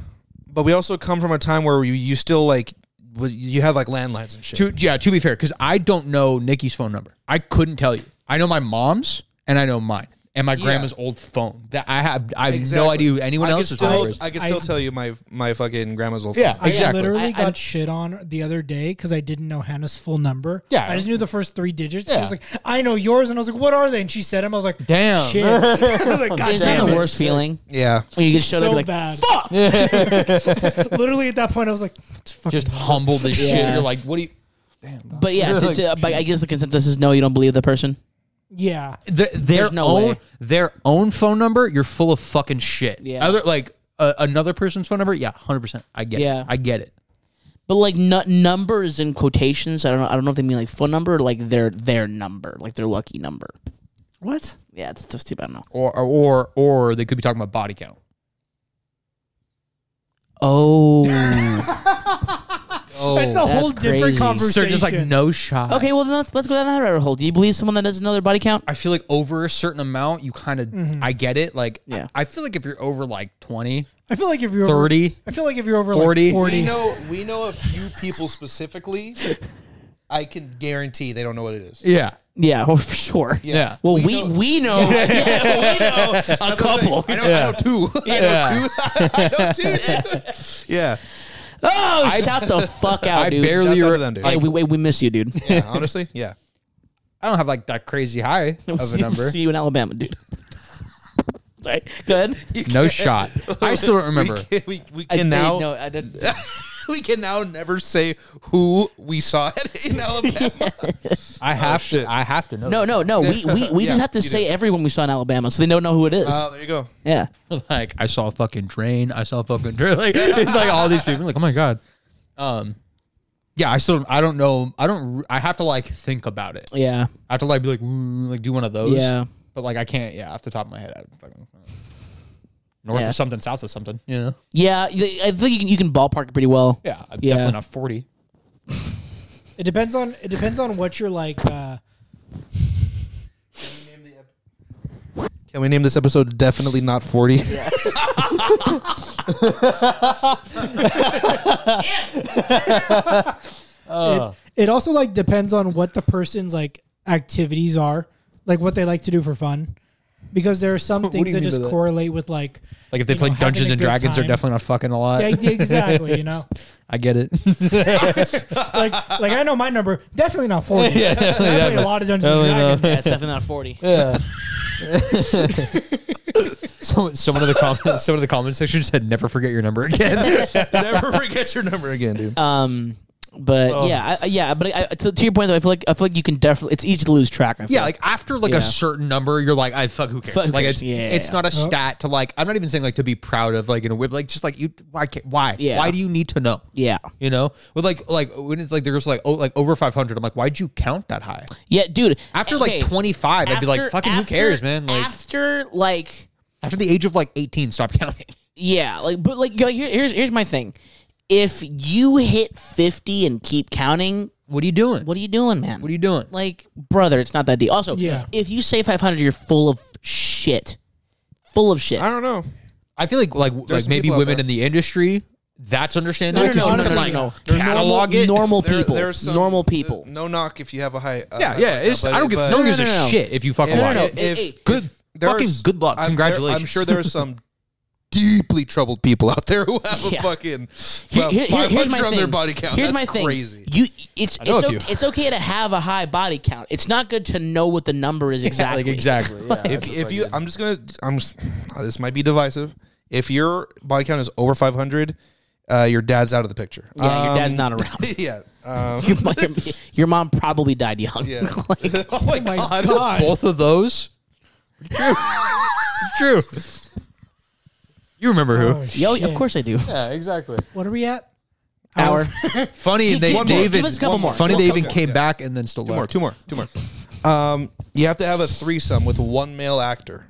but we also come from a time where you, you still like w- you had like landlines and shit
to yeah, to be fair, because I don't know Nikki's phone number. I couldn't tell you. I know my mom's and I know mine and my grandma's old phone. That I have I have no
Exactly.
idea who anyone
I could
else's.
still
number is.
I could still
I-
tell you my my fucking grandma's old
Yeah,
phone.
I
exactly.
literally
I-
got
I'm-
shit on the other day because I didn't know Hannah's full number.
Yeah.
I just knew the first three digits. She
Yeah.
was like, I know yours. And I was like, what are they? And she said them. I was like,
Damn.
Shit. I was like, God
Isn't that
damn
the
it.
worst feeling
yeah
when you get showed up
so
you're like
bad.
fuck?
Literally at that point, I was like, it's fucking
just humbled as shit.
Yeah.
You're like, what do you? Damn. dog.
But yeah, since, uh, but I guess the consensus is no, you don't believe the person.
yeah.
Th- their
There's no
own
way.
their own phone number, you're full of fucking shit.
Yeah.
Other like uh, another person's phone number, yeah, hundred percent. I get.
Yeah.
it. I get it.
But like nu- numbers in quotations, I don't know. I don't know if they mean like phone number or like their their number, like their lucky number.
What?
Yeah, it's just too bad. I don't know.
Or or or they could be talking about body count.
Oh,
Oh,
It's a whole different
crazy.
conversation.
so just like no shot.
okay. Well, then let's let's go down that rabbit hole. Do you believe someone that doesn't know their body count?
I feel like over a certain amount, you kind of I get it. Like
Mm-hmm. Yeah.
I, I feel like if you're over like 20,
I feel like if you're over,
30,
I feel like if you're over
40.
like 40
know we know a few people specifically. I can guarantee they don't know what it is.
yeah,
Yeah, well, for sure.
yeah.
Well, we we know, yeah, we know a couple.
I know, I know two.
Yeah.
I know two. I know two. yeah.
Oh, shout the fuck out,
I
dude.
barely.
Shouts out
re-
to them, dude.
Hey, we, we we miss you, dude.
Yeah. Honestly, yeah.
I don't have like that crazy high of a
see,
number.
see you in Alabama, dude. Sorry, good.
No shot. I still don't remember.
We can, we, we can now
no, I didn't.
we can now never say who we saw it in Alabama.
I have to. I have to know.
no, no, no. We we, we just
Yeah,
have to
you
say everyone we saw in Alabama, so they don't know who it is.
Um,
Oh, there you go.
yeah.
like I saw a fucking drain. I saw a fucking drain. Like it's like all these people. Like oh my god. Um, yeah. I still. I don't know. I don't. re- I have to like think about it.
Yeah.
I have to like be like "Ooh," like do one of those.
Yeah.
But like I can't. Yeah. Off the top of my head, I fucking. North
Yeah.
of something, south of something. You know.
Yeah, th- I think you can, you can ballpark it pretty well.
Yeah. I'm
Yeah.
Definitely not forty.
It depends on it depends on what you're like uh
Can we name this episode definitely not forty?
Uh.
it, it also like depends on what the person's like activities are, like what they like to do for fun. Because there are some
do
things
you
that
mean by
just
that?
correlate with like
Like if they
you know,
play
having
Dungeons
a
and
good
Dragons, they're
time.
definitely not fucking a lot.
Yeah, yeah, exactly, you know.
I get it.
Like like I know my number, definitely not 40.
yeah,
I play
definitely.
a lot of Dungeons and
Definitely not.
Dragons.
Yeah, it's definitely not forty.
Yeah. someone, someone in the comments, someone in the comment section said, "Never forget your number again."
Never forget your number again, dude.
Um, But yeah, I, I- yeah. But I, I- to, to your point though, I feel like I feel like you can definitely. It's easy to lose track. I feel
Yeah, like after like
Yeah.
a certain number, you're like, I fuck who cares?
Fuck who
like
cares?
it's
Yeah.
it's
Oh.
not a stat to like. I'm not even saying like to be proud of like in a whip. Like just like you, why can't why
Yeah.
why do you need to know?
yeah,
You know, with like like when it's like there's like oh like over 500. I'm like, why'd you count that high?
yeah, dude.
After
okay,
like 25, I'd be
after-
like, fucking who
after-
cares, man? Like
after like
after the age of like 18, stop counting.
Yeah, like but like yo, here, here's here's my thing. If you hit 50 and keep counting,
What are you doing?
what are you doing, man?
What are you doing?
like brother, it's not that deep. Also,
Yeah.
if you say 500, you're full of shit. Full of shit.
I don't know.
I feel like like
There's
like maybe
people out
women
there.
in the industry. That's understandable.
No, no,
'cause
no,
you
no,
can,
no,
like,
no,
no. There's
catalog
normal,
it.
normal
There-
people.
there's some-
normal people.
No knock if you have a high. a
Yeah,
high
yeah.
fuck
It's,
up,
I don't
but-
give
but-
no one gives
No, no, no,
a
no.
shit if you fuck a
if-
lot.
no, no.
if- if-
Hey, hey.
Good-
there's-
fucking good luck.
I'm- there- I'm
Congratulations.
sure there are some deeply troubled people out there who have a
Yeah.
fucking
Here- here- here-
500
here's my
on
thing.
their body count.
Here's
That's
my thing.
crazy.
You, it's it's,
know a
o-
few.
it's okay to have a high body count. It's not good to know what the number is exactly.
Like, exactly. Yeah,
if if you, I'm just gonna, I'm. Just, oh, this might be divisive. If your body count is over 500, uh, your dad's out of the picture.
Yeah, your dad's
Um,
not around.
yeah. Um,
your, mom- your mom probably died young.
yeah.
like,
oh my,
my
god.
God.
both of those. True. True. You remember who?
Oh,
yo,
shit.
of course I do.
yeah, exactly.
What are we at?
Hour.
Funny
Give-
they
give-
they
give
even
us a couple more. Give
funny
us
they
a
even
couple
came
more.
back and then still
Two more.
left.
Two more. Two more. Um, you have to have a threesome with one male actor.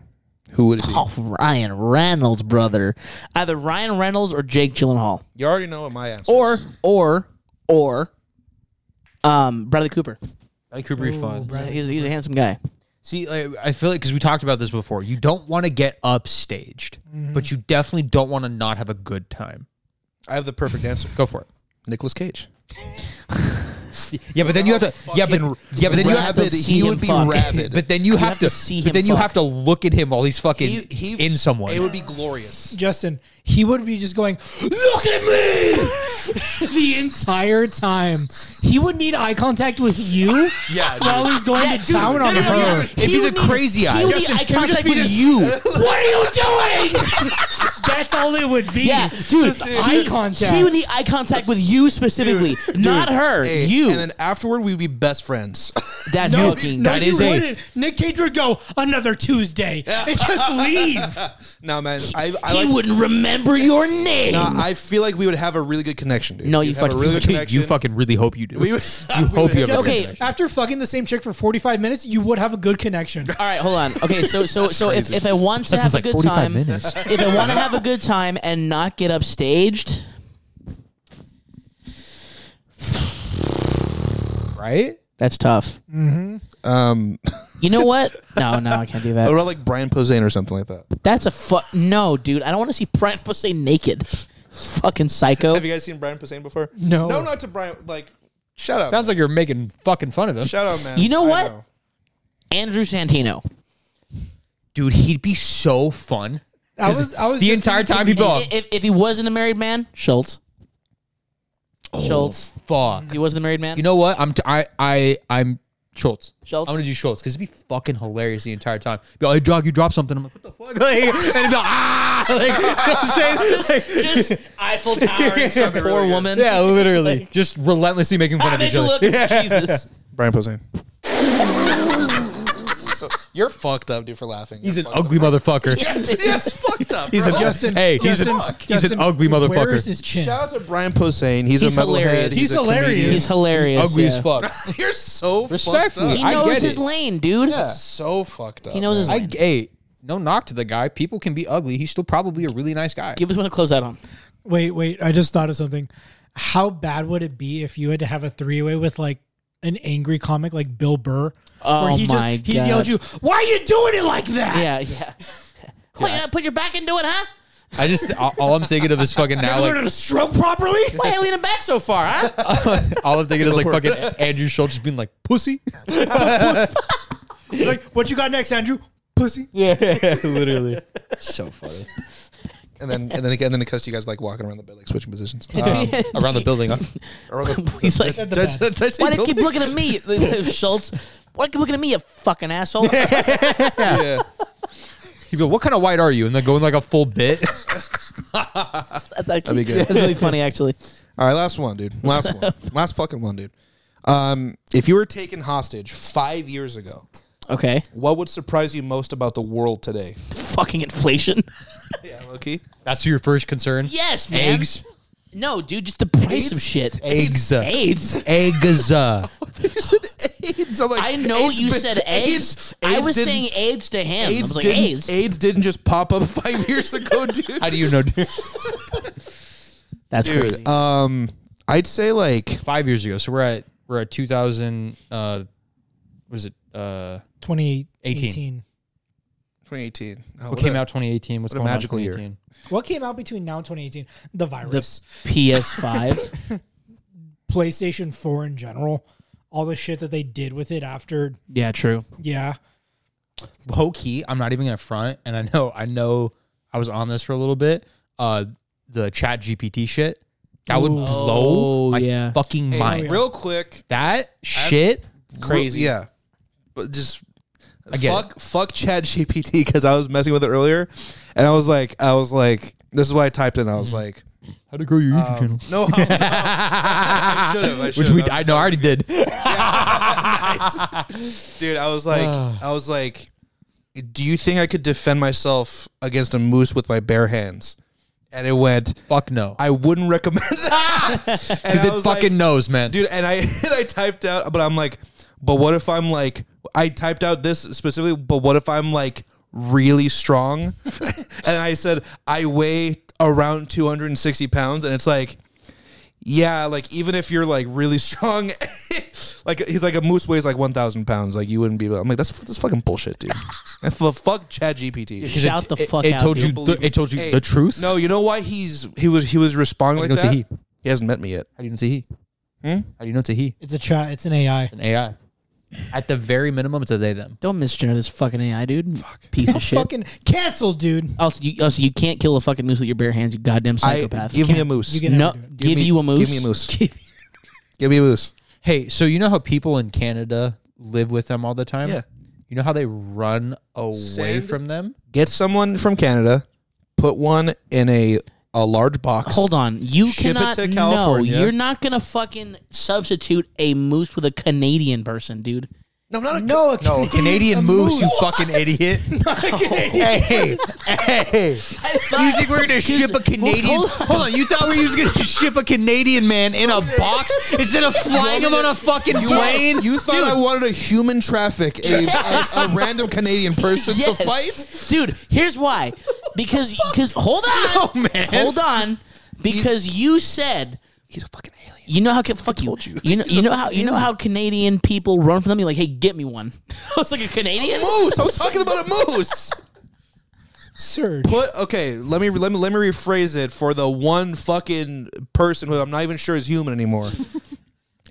Who would it be?
Oh, Ryan Reynolds, brother. Either Ryan Reynolds or Jake Gyllenhaal,
You already know what my answer
or
is.
or or um Bradley Cooper.
Like Cooper be fun.
He's, he's a handsome guy.
See, I, I feel like because we talked about this before, you don't want to get upstaged, but you definitely don't want to not have a good time.
I have the perfect answer.
Go for it.
Nicolas Cage.
Yeah, but then you have to. Yeah, but
Fucking
yeah, but then you
rabbit.
have to.
rabid.
see
He
him
would be
fuck.
rabid.
But then you, have, to.
see him
but then you
fuck.
have to look at him while he's fucking
He- he-
in someone.
it would be glorious.
Justin, he would be just going, Look at me the entire time. He would need eye contact with you
Yeah, dude.
while he's going to town on
no, no, no,
her.
no.
It'd be
He
the
would need-
crazy
he
eye.
would need
Justin,
eye
can we
contact
just be
with
this-
you.
What are you doing? That's all it would be.
Yeah, dude.
Just eye contact.
He would need eye contact with you specifically, not her.
Hey,
you.
And then afterward, we'd be best friends.
That's
no,
fucking.
no,
that
you
is a-
wouldn't. Nick Cage would go another Tuesday and just leave.
no, man. I, I
he
like
wouldn't remember your name.
No, I feel like we would have a really good connection, dude.
No,
We'd
you
have a
fucking-
really good
dude,
connection.
You fucking really hope you do.
We would,
you hope you have a
Okay.
okay.
After fucking the same chick for 45 minutes, you would have a good connection.
All right, hold on. Okay, so so so if, if I want to have
Justin's
a
like
good
45
time,
minutes.
if I want to have a good time and not get upstaged,
right?
that's tough.
Um,
You know what? No, no, I can't do
what
that.
about like Brian Posehn or something like that?
That's a fuck. No, dude, I don't want to see Brian Posey naked. Fucking psycho.
Have you guys seen Brian Posehn before?
No.
No, not to Brian. Like, shut up.
Sounds like you're making fucking fun of him.
shut up, man.
You know
I
what? Andrew Santino.
Dude, he'd be so fun.
I was, I was
The
just
entire
thinking-
time he'd be
I-
like,
If, if he wasn't a married man, Schultz. Schultz.
fuck.
If he wasn't a married man.
Oh. You know what? I'm t- I I I'm Schultz.
Schultz?
I'm gonna do Schultz because it'd be fucking hilarious the entire time. Be like, hey, dog, you drop something. I'm like, what the fuck? Like, and it'd be like, ah, like, you know what I'm saying? Like,
just Eiffel Towering some poor woman.
yeah, literally, just relentlessly making fun
Ah,
of each
Mitchell, look,
other.
Jesus.
Brian Posehn. So- you're fucked up, dude, for laughing.
He's an
You're fucked
ugly motherfucker.
up. Yes, fucked up.
He's
bro.
a
Justin,
Hey, he's
Justin,
an he's
Justin,
an ugly
Where is
motherfucker.
his chin?
Shout out to Brian Posehn. He's,
He's
a metalhead.
hilarious.
He's
a
hilarious.
He's hilarious.
Ugly as
yeah.
fuck.
comedian. You're so
Respectfully,
He
fucked up.
I
knows
get
his
it.
lane, dude.
That's so fucked up.
He knows his
I
lane.
hey, no knock to the guy. People can be ugly. He's still probably a really nice guy.
Give us one to close that on.
Wait, wait. I just thought of something. How bad would it be if you had to have a three way with like an angry comic like Bill Burr?
Oh
where he
my
just, He
God.
yelled at you, why are you doing it like that?
Yeah, yeah. What, you're not put your back into it, huh?
I just all, all I'm thinking of is fucking now.
I
Like
learned how to stroke properly.
Why are you leaning back so far, huh?
all I'm thinking is like fucking Andrew Schultz just being like pussy.
like, what you got next, Andrew? Pussy.
Yeah, literally. So funny.
And then and then again, and then it cuts to you guys like walking around the bed, like switching positions. Um,
Around the building. Huh?
around the-
He's like,
At the back.
why do you keep looking at me, Schultz? Why do you keep looking at me, you fucking asshole?
yeah.
You go, what kind of white are you? And then go in like a full bit.
That'd
be good.
That's really funny, actually.
All right, last one, dude. Last one. Last fucking one, dude. Um, if you were taken hostage five years ago,
Okay.
what would surprise you most about the world today?
Fucking inflation.
Yeah, Loki.
That's your first concern.
Yes, man.
Eggs.
No, dude, just the price of
AIDS?
shit.
Eggs.
AIDS.
Eggs.
You said AIDS. I'm like,
I know
AIDS
you
been-
said AIDS. I
AIDS
was
didn't-
saying AIDS to him. I
AIDS,
was like
didn't,
AIDS.
AIDS. didn't just pop up five years ago, dude.
How do you know?
That's crazy.
dude, um, I'd say like
Five years ago. So we're at we're at 2000. Uh, was it uh
2018.
2018. Oh,
what
what
came
a-
out 2018? What's
what a
going on in
magical year.
2018?
What came out between now and 2018? The
the
virus,
PS5.
PlayStation 4 in general, all the shit that they did with it after.
yeah, true.
Yeah,
low key, I'm not even gonna front, and I know I know I was on this for a little bit. Uh the chat GPT shit. That would
Ooh.
blow
Oh,
my
yeah.
fucking
Hey,
mind.
Real quick,
That shit
Crazy.
Yeah, but just
get
fuck fuck Chat GPT because I was messing with it earlier, and I was like, I was like, this is why I typed in. I
Mm-hmm.
was like,
how to grow your YouTube channel.
no, no. I should have. I should
Um, Which we
have.
I know I already did.
dude i was like
Ah.
i was like do you think i could defend myself against a moose with my bare hands and it went
Fuck no.
i wouldn't recommend that
Because it fucking
like,
knows, man.
dude and i and i typed out but i'm like but what if i'm like i typed out this specifically but what if i'm like really strong and i said i weigh around 260 pounds and it's like yeah, like even if you're like really strong, like he's like a moose weighs like one thousand pounds, like you wouldn't be. I'm like that's that's fucking bullshit, dude. and for fuck Chat GPT.
'Cause
Shout the
it,
fuck
it,
out,
Told
dude.
you the, it told you the truth.
No, you know why he's he was he was responding
know
like
it's a
that.
he?
He. hasn't met me yet.
How do you know it's a he? How do you know it's a he?
it's a chat. It's an AI.
An AI. At the very minimum, it's a they them.
Don't misgender this fucking AI, dude. Piece of shit.
Fucking cancel, dude.
also, you, also, you can't kill a fucking moose with your bare hands, you goddamn psychopath.
I, give me a moose.
You
give
can
no,
never do it.
give
me,
you a moose.
Give me a moose. give me a moose.
Hey, so you know how people in Canada live with them all the time?
Yeah.
You know how they run away
Send-
from them?
Get someone from Canada, put one in a a large box.
Hold on, you
Ship it
cannot.
to California.
No, you're not gonna fucking substitute a moose with a Canadian person, dude.
No, I'm not a
No, a
No,
Canadian,
Canadian
a
moves,
moose.
you fucking idiot. hey, hey. Do you think we're gonna ship a Canadian?
hold
Hold
on.
on. you thought we was gonna ship a Canadian man in a box instead of flying him on a fucking plane?
You thought I wanted a human traffic, a, a, a random Canadian person to fight?
dude. Here's why, because because hold on,
No, man.
hold on, because you said
He's a fucking alien.
you know how can fuck you.
told you.
know you know how you know how Canadian people run from them. You're like, hey, get me one. I was like a Canadian.
Moose. I was talking about a moose.
Surge.
Put okay. Let me let me let me rephrase it for the one fucking person who I'm not even sure is human anymore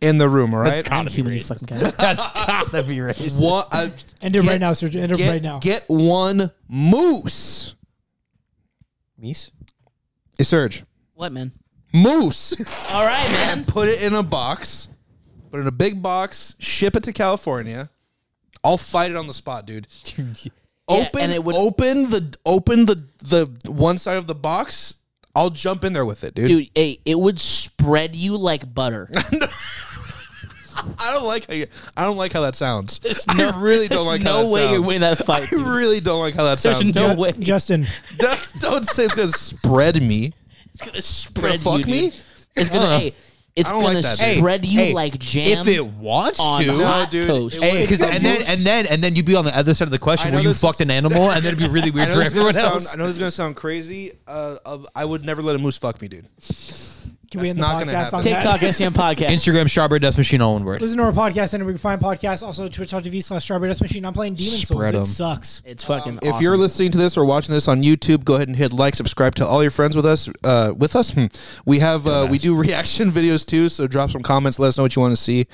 in the room. All right.
I'm human, you fucking guy.
That's gotta be racist.
One- uh,
End it
get-
right now, Surge. End it
Get,
right now.
Get one moose.
Meese?
Hey, Serge.
What man?
Moose.
All right, man.
Put it in a box. Put it in a big box. Ship it to California. I'll fight it on the spot, dude. open
and it would-
open the open the the one side of the box. I'll jump in there with it, dude.
Dude, hey, it would spread you like butter.
I don't like how you, I don't like how that sounds. I really don't like how
no
that
way
sounds.
you're winning that fight.
I really don't like how that sounds.
no-
dude.
way.
Justin,
Don't- don't say it's gonna spread me.
It's gonna spread
fuck
you, dude.
me? Uh-huh.
It's gonna hey, it's
I don't
gonna
like that, dude.
spread you
hey,
like jam.
If it wants
on
to.
hot
dude,
toast.
it
Hey, 'cause-
It's
and then
moose.
and then and then you'd be on the other side of the
I
question
know
where you
this is-
fucked an animal, and then it'd be really
I
weird
know,
for
this is gonna
everyone
sound,
else.
I know this is gonna sound crazy. Uh, of, I would never let a moose fuck me, dude.
can we
That's
end the
not gonna
podcast on
happen.
that?
TikTok SCM podcast.
Instagram strawberry death machine all one word.
Listen to our podcast and we can find podcasts. Also, twitch.tv slash strawberry dust machine. I'm playing Demon Souls.
Spread 'em.
It sucks.
It's fucking.
If
awesome.
you're listening to this or watching this on YouTube, go ahead and hit like, subscribe, tell all your friends with us. Uh, with us, Hmm. we have uh, we do reaction videos too. So drop some comments. Let us know what you want to see.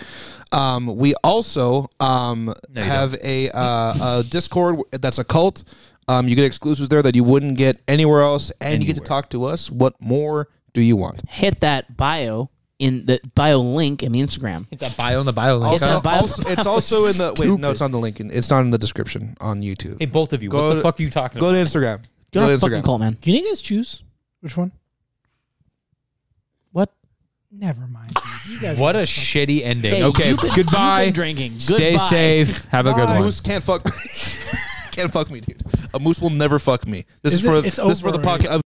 Um, we also um, have a, uh, a Discord that's a cult. Um, you get exclusives there that you wouldn't get anywhere else, and you get to talk to us. What more do you want?
hit that bio in the bio link in the Instagram.
That bio in the bio link.
Also,
that bio-
also- it's also in the wait. No, it's on the link. in- It's not in the description on YouTube.
hey, both of you.
Go
what the
to-
fuck are you talking
Go
about?
to Instagram.
Get
Go
on
to
a fucking
Instagram.
cult, man.
Can you guys choose which one?
What?
Never mind. dude. You guys
What
are
a
just
shitty ending.
Hey,
okay,
you've been- you've been
goodbye.
drinking.
Stay
Goodbye.
safe. Have a good
Bye.
one.
moose can't fuck. can't fuck me, dude. A moose will never fuck me. This is,
Is
for
it- it's
this is for the podcast.
overrated.